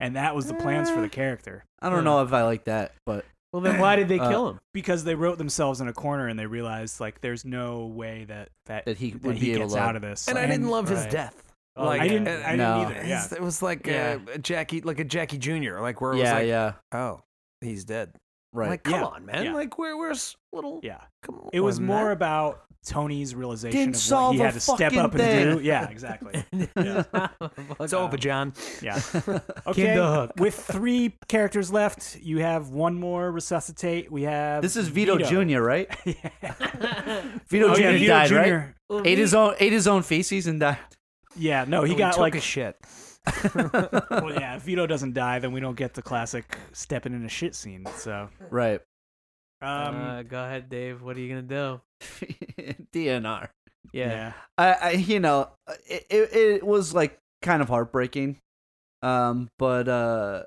S4: and that was the plans
S2: Uh.
S4: for the character
S3: I don't know if I like that, but
S2: Well, then why did they
S3: Uh,
S2: kill him? [LAUGHS]
S4: because they wrote themselves in a corner and they realized like there's no way that that,
S3: that he would
S4: he
S3: be able
S4: gets
S3: to
S4: out of this
S5: and I
S4: Like,
S5: didn't love his
S2: right.
S5: death.
S2: Oh,
S5: like
S4: I didn't.
S5: and-
S4: I didn't
S3: No.
S4: either. Yeah.
S5: It was like
S2: Yeah.
S5: uh, a Jackie, like a Jackie Junior, like where it was
S3: Yeah,
S5: like,
S3: yeah.
S5: oh, he's dead.
S3: Right.
S5: Like, come
S4: Yeah.
S5: on, man.
S4: Yeah.
S5: Like, where, where's little?
S4: Yeah.
S5: Come on,
S4: It was
S5: man.
S4: more about Tony's realization
S3: Didn't
S4: of what
S3: solve
S4: he
S3: a
S4: had to step
S3: fucking
S4: up
S3: thing.
S4: and do. Yeah, exactly.
S5: It's
S4: um,
S5: over, John.
S3: [LAUGHS]
S4: Yeah. Okay.
S2: the hook.
S4: With three characters left, you have one more resuscitate. We have
S3: this is Vito, Jr., right? [LAUGHS] Vito
S4: Oh,
S3: Jr.
S4: yeah, Vito
S3: died,
S4: Jr.
S3: right? Ate his own ate his own feces and died. [LAUGHS]
S4: Yeah, no,
S3: Oh,
S4: he
S5: We
S4: got
S5: took
S4: like
S5: a
S4: [LAUGHS]
S5: shit.
S4: well, yeah. If Vito doesn't die, then we don't get the classic stepping in a shit scene. So,
S3: [LAUGHS] Right.
S4: um,
S2: uh, go ahead, Dave. What are you gonna
S3: DNR.
S2: do? Yeah.
S4: yeah,
S3: I, I you know, it, it it was like kind of heartbreaking. Um, but uh,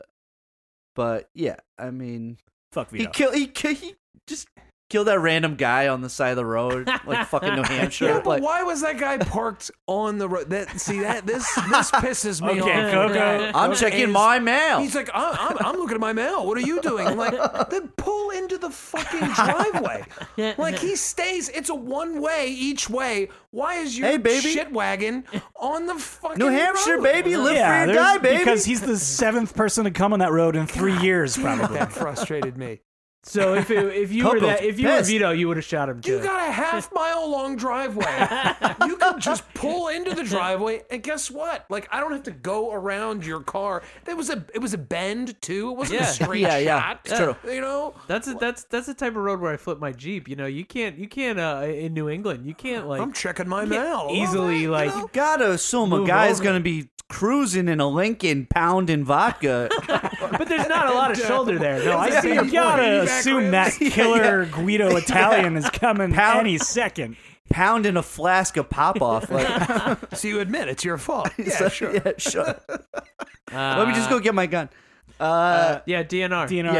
S3: but yeah, I mean,
S4: fuck
S3: he
S4: Vito.
S3: kill he ki- he just killed that random guy on the side of the road, like fucking New Hampshire.
S5: Yeah, but
S3: like,
S5: why was that guy parked on the road? That see that this
S4: [LAUGHS]
S5: this pisses me
S4: Okay,
S5: off.
S4: Coco.
S3: I'm checking
S5: is-
S3: my mail.
S5: He's like, I'm, I'm, I'm looking at my mail. What are you doing? I'm
S4: [LAUGHS]
S5: like, then pull into the fucking [LAUGHS] driveway. Like he stays. It's a one way each way. Why is your
S3: Hey, baby.
S5: shit
S4: [LAUGHS]
S5: wagon on the fucking
S3: New Hampshire,
S5: road?
S3: baby, live free or
S4: there's-
S3: die, baby.
S4: Because he's the seventh person to come on that road in three years, probably.
S5: That frustrated me.
S2: So if it, if you were
S3: Coco's
S2: that if you were
S3: pissed.
S2: Vito, you would have shot him too.
S5: You got a [LAUGHS] half mile long driveway. you can just pull into the driveway, and guess what? Like I don't have to go around your car. It was a it was a bend too. It wasn't
S2: Yeah.
S5: a [LAUGHS] straight
S3: Yeah, yeah,
S5: shot.
S3: it's true.
S5: You know.
S2: that's a, that's that's the type of road where I flip my Jeep. You know, you can't you can't uh, in New England you can't like
S5: I'm checking my
S2: you can't
S5: mail.
S2: easily,
S5: You
S2: like-
S5: know?
S3: gotta assume a
S2: Move
S3: guy's
S2: over.
S3: gonna be cruising in a Lincoln, pounding vodka.
S2: But there's not a lot of shoulder there.
S4: [LAUGHS]
S3: [LAUGHS]
S2: No, I
S4: I
S2: see.
S4: see. You gotta
S5: Back
S4: assume that
S5: ribs.
S4: killer Guido Italian is coming
S3: Pound-
S4: any second.
S3: pounding a flask of pop off. Like,
S5: So you admit [LAUGHS] it's your fault. yeah,
S3: so-
S5: sure.
S3: yeah, sure. Let me just
S2: Uh,
S3: go get my gun. Uh,
S2: Yeah, DNR.
S4: DNR,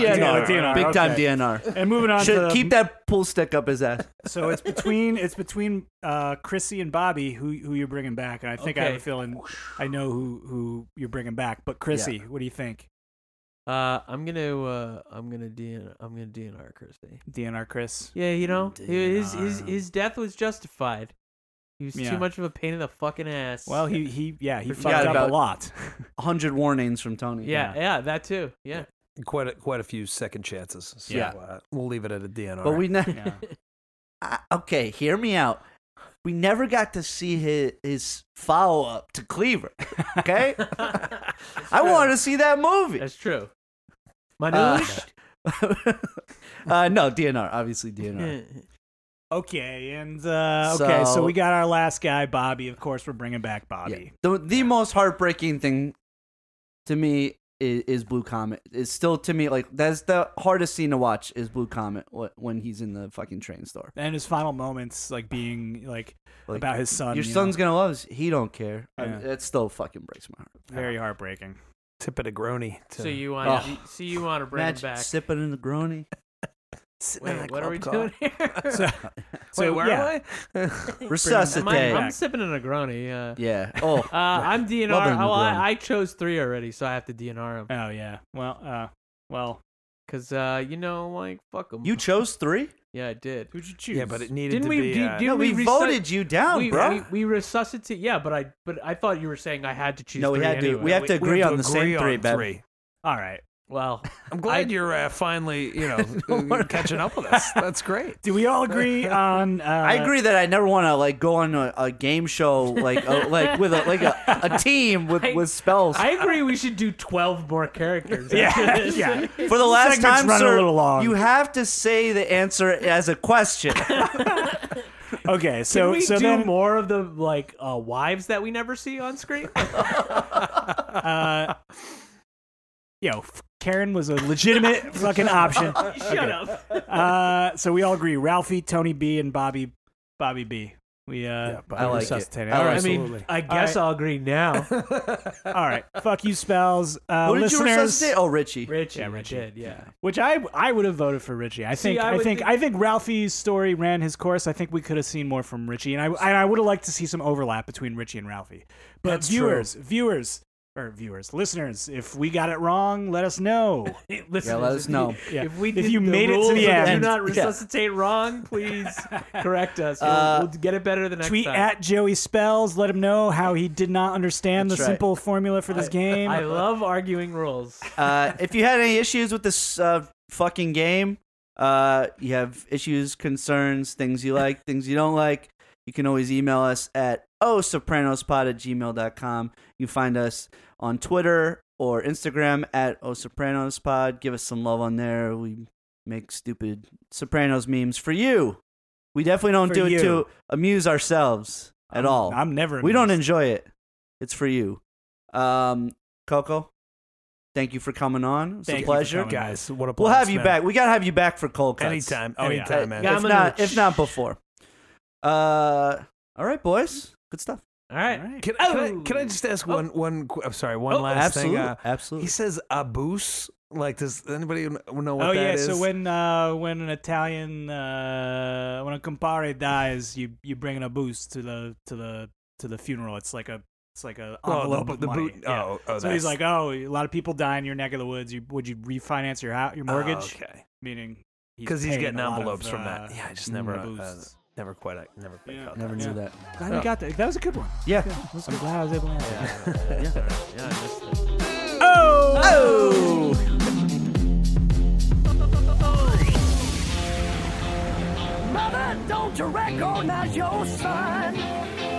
S3: yeah,
S4: DNR,
S3: DNR, big time
S4: okay.
S3: DNR.
S4: And moving on
S3: Should
S4: to
S3: keep that pool stick up his ass.
S4: So it's between it's between uh, Chrissy and Bobby who who you're bringing back, and I think I have a
S2: Okay.
S4: feeling I know who who you're bringing back. But Chrissy, what do you think?
S2: Uh, I'm gonna uh, I'm gonna DNR. I'm gonna DNR Christie.
S4: DNR Chris.
S2: Yeah, you know, his his
S4: DNR.
S2: his death was justified. He was
S4: Yeah.
S2: too much of a pain in the fucking ass.
S4: Well, he he yeah he
S3: Forgot
S4: fucked up
S3: about- [LAUGHS]
S4: a lot.
S3: hundred warnings from Tony.
S2: yeah, yeah, that too. Yeah.
S5: Quite a, quite a few second chances. So,
S3: Yeah.
S5: uh, we'll leave it at a DNR.
S3: but we ne-
S4: Yeah.
S3: I- okay. Hear me out. we never got to see his, his follow up to Cleaver. Okay? I want to see that movie.
S2: [LAUGHS] That's true. My
S3: Uh,
S2: news.
S3: [LAUGHS] uh, no, DNR. Obviously, DNR.
S4: Okay, and uh, okay, so
S3: So-
S4: we got our last guy, Bobby. Of course, we're bringing back Bobby.
S3: Yeah. The, the most heartbreaking thing to me is, is Blue Comet. It's still to me like that's the hardest scene to watch is Blue Comet wh- when he's in the fucking train store.
S4: And his final moments, like being like,
S3: Like,
S4: about his son.
S3: Your
S4: you know,
S3: son's gonna love us. He don't care. I mean,
S4: Yeah.
S3: that still fucking breaks my heart.
S4: very heartbreaking.
S5: Tip of the grony.
S2: [LAUGHS]
S5: To,
S2: So you want
S3: Ugh.
S2: to so you want to bring him
S3: Imagine
S2: back?
S3: sipping in
S2: [LAUGHS]
S3: the Grony.
S5: Sitting in
S2: Wait,
S5: a
S2: what are
S5: club
S2: we doing
S5: car.
S2: here?
S4: So,
S5: Wait,
S4: so
S5: where
S4: yeah,
S5: am I?
S2: I'm,
S3: Resuscitate.
S2: I'm sipping a Negroni. Yeah.
S3: yeah. Oh.
S2: [LAUGHS] Uh, I'm DNR.
S3: Love a
S2: Oh,
S3: Negroni.
S2: I, I chose three already, so I have to DNR him.
S4: Oh yeah. Well, uh, well,
S2: Cause uh, you know, like fuck him.
S3: You chose three?
S2: yeah, I did.
S4: who'd you choose?
S5: yeah, but it needed
S2: Didn't
S5: to
S2: we-
S5: be.
S2: do-
S5: uh,
S2: do-
S3: No, we,
S2: we resu-
S3: voted you down,
S2: we,
S3: bro.
S2: we we resuscitate. Yeah, but I but I thought you were saying I had to choose.
S3: no, we
S2: three
S3: had to.
S2: anyway.
S3: We have to
S5: we
S3: agree
S5: have
S3: on the same
S5: agree
S3: three,
S5: on
S3: Bev.
S4: all right.
S2: Well,
S5: I'm glad you're uh, finally, [LAUGHS] you know, uh, catching up with us. That's great.
S4: Do we all
S3: [LAUGHS]
S4: agree on? Uh,
S3: I agree that I never want to like go on a, a game show like
S4: [LAUGHS]
S3: a, like with a like a, a team with
S2: I-
S3: with spells.
S2: I agree. We should do twelve more characters.
S4: Yeah, yeah.
S3: For the last
S4: segment's
S3: time,
S4: running a
S3: sir,
S4: little long.
S3: you have to say the answer as a
S4: [LAUGHS]
S3: question.
S2: [LAUGHS]
S4: Okay, so
S2: So we
S4: so
S2: do
S4: then
S2: more of the like uh, wives that we never see on screen. [LAUGHS]
S4: uh, yo, f- Karen was a
S3: [LAUGHS]
S4: legitimate fucking option.
S2: Shut up.
S4: Uh, so we all agree: Ralphie, Tony B, and Bobby, Bobby B. We uh,
S5: Bobby.
S4: we
S3: I like it.
S4: resuscitated.
S3: I
S4: All
S3: like
S4: right,
S2: I mean,
S5: Absolutely.
S2: I guess I'll agree now.
S4: all right. Fuck you, spells. Uh,
S3: Who did you
S4: listeners,
S3: resuscitate? Oh, Richie.
S2: Richie,
S4: Yeah,
S2: I
S4: Richie.
S2: did, yeah.
S4: which I I would have voted for Richie. I
S2: See,
S4: think
S2: I
S4: I,
S2: would
S4: think
S2: think-
S4: I think Ralphie's story ran his course. I think we could have seen more from Richie, and I and I would have liked to see some overlap between Richie and Ralphie. But
S5: That's
S4: viewers, viewers. Or viewers, listeners, if we got it wrong, let
S2: [LAUGHS]
S4: us know.
S2: Listen,
S3: Yeah, let us know.
S4: Yeah.
S2: If we
S4: If
S2: did
S4: you
S2: the
S4: made it to
S2: rules
S4: the
S2: of
S4: end.
S2: do not
S3: Yeah.
S2: resuscitate wrong,
S4: [LAUGHS]
S2: please correct us. We'll,
S3: Uh,
S2: we'll get it better the next
S4: Tweet
S2: time.
S4: at Joey Spells. Let him know how he did not understand
S3: That's
S4: the
S3: right.
S4: simple formula for this game.
S2: I love arguing rules.
S3: Uh, if you had any issues with this uh, fucking game, uh, you have issues, concerns, things you like, things you don't like, you can always email us at osopranospod at gmail.com. You can find us on Twitter or Instagram at osopranospod. Give us some love on there. We make stupid Sopranos memes for you. We definitely don't
S4: For
S3: do it
S4: you.
S3: to amuse ourselves at
S4: I'm-
S3: all.
S4: I'm never.
S3: We don't
S4: amused.
S3: enjoy it. It's for you. Um, Coco, thank you for coming on. It's
S4: Thank
S3: a
S4: you for
S3: pleasure.
S5: [LAUGHS]
S4: coming.
S5: Guys, what a
S3: We'll
S5: blast,
S3: have you
S5: man.
S3: back. We gotta have you back for cold cuts Uh,
S5: Anytime.
S4: Yeah.
S5: Anytime, man.
S2: Yeah,
S3: if
S2: I'm
S3: not,
S2: gonna-
S3: if not before. Uh, all right, boys. Good stuff.
S2: All right.
S4: All right.
S5: Can, can, I, can I just ask one one qu- I'm sorry, one last
S3: absolutely,
S5: thing. Uh,
S3: absolutely.
S5: he says abuse. Like, does anybody kn- know what
S4: Oh yeah,
S5: that is?
S4: so when uh, when an Italian uh, when a compare dies, you you bring in a boost to the to the to the funeral. It's like a it's like a
S5: Oh,
S4: envelope
S5: the,
S4: of
S5: the
S4: money.
S5: boot.
S4: Yeah.
S5: Oh, oh,
S4: so he's
S5: that's-
S4: like, oh, a lot of people die in your neck of the woods. You would you refinance your hou- your
S5: oh,
S4: mortgage?
S5: okay.
S4: Meaning
S5: Because he's,
S4: paying
S5: getting
S4: a lot of,
S5: envelopes from
S4: uh,
S5: that. Yeah, I just
S3: mm,
S5: never, uh,
S4: boosts.
S5: never quite, I never quite.
S4: Yeah.
S5: felt
S3: Never knew
S4: Yeah.
S3: that.
S4: Glad we got that. That was a good one.
S3: Yeah.
S4: I'm glad I was able to answer. that.
S2: Yeah, I missed it.
S4: Oh.
S3: Oh.
S1: Mother, don't you recognize your son?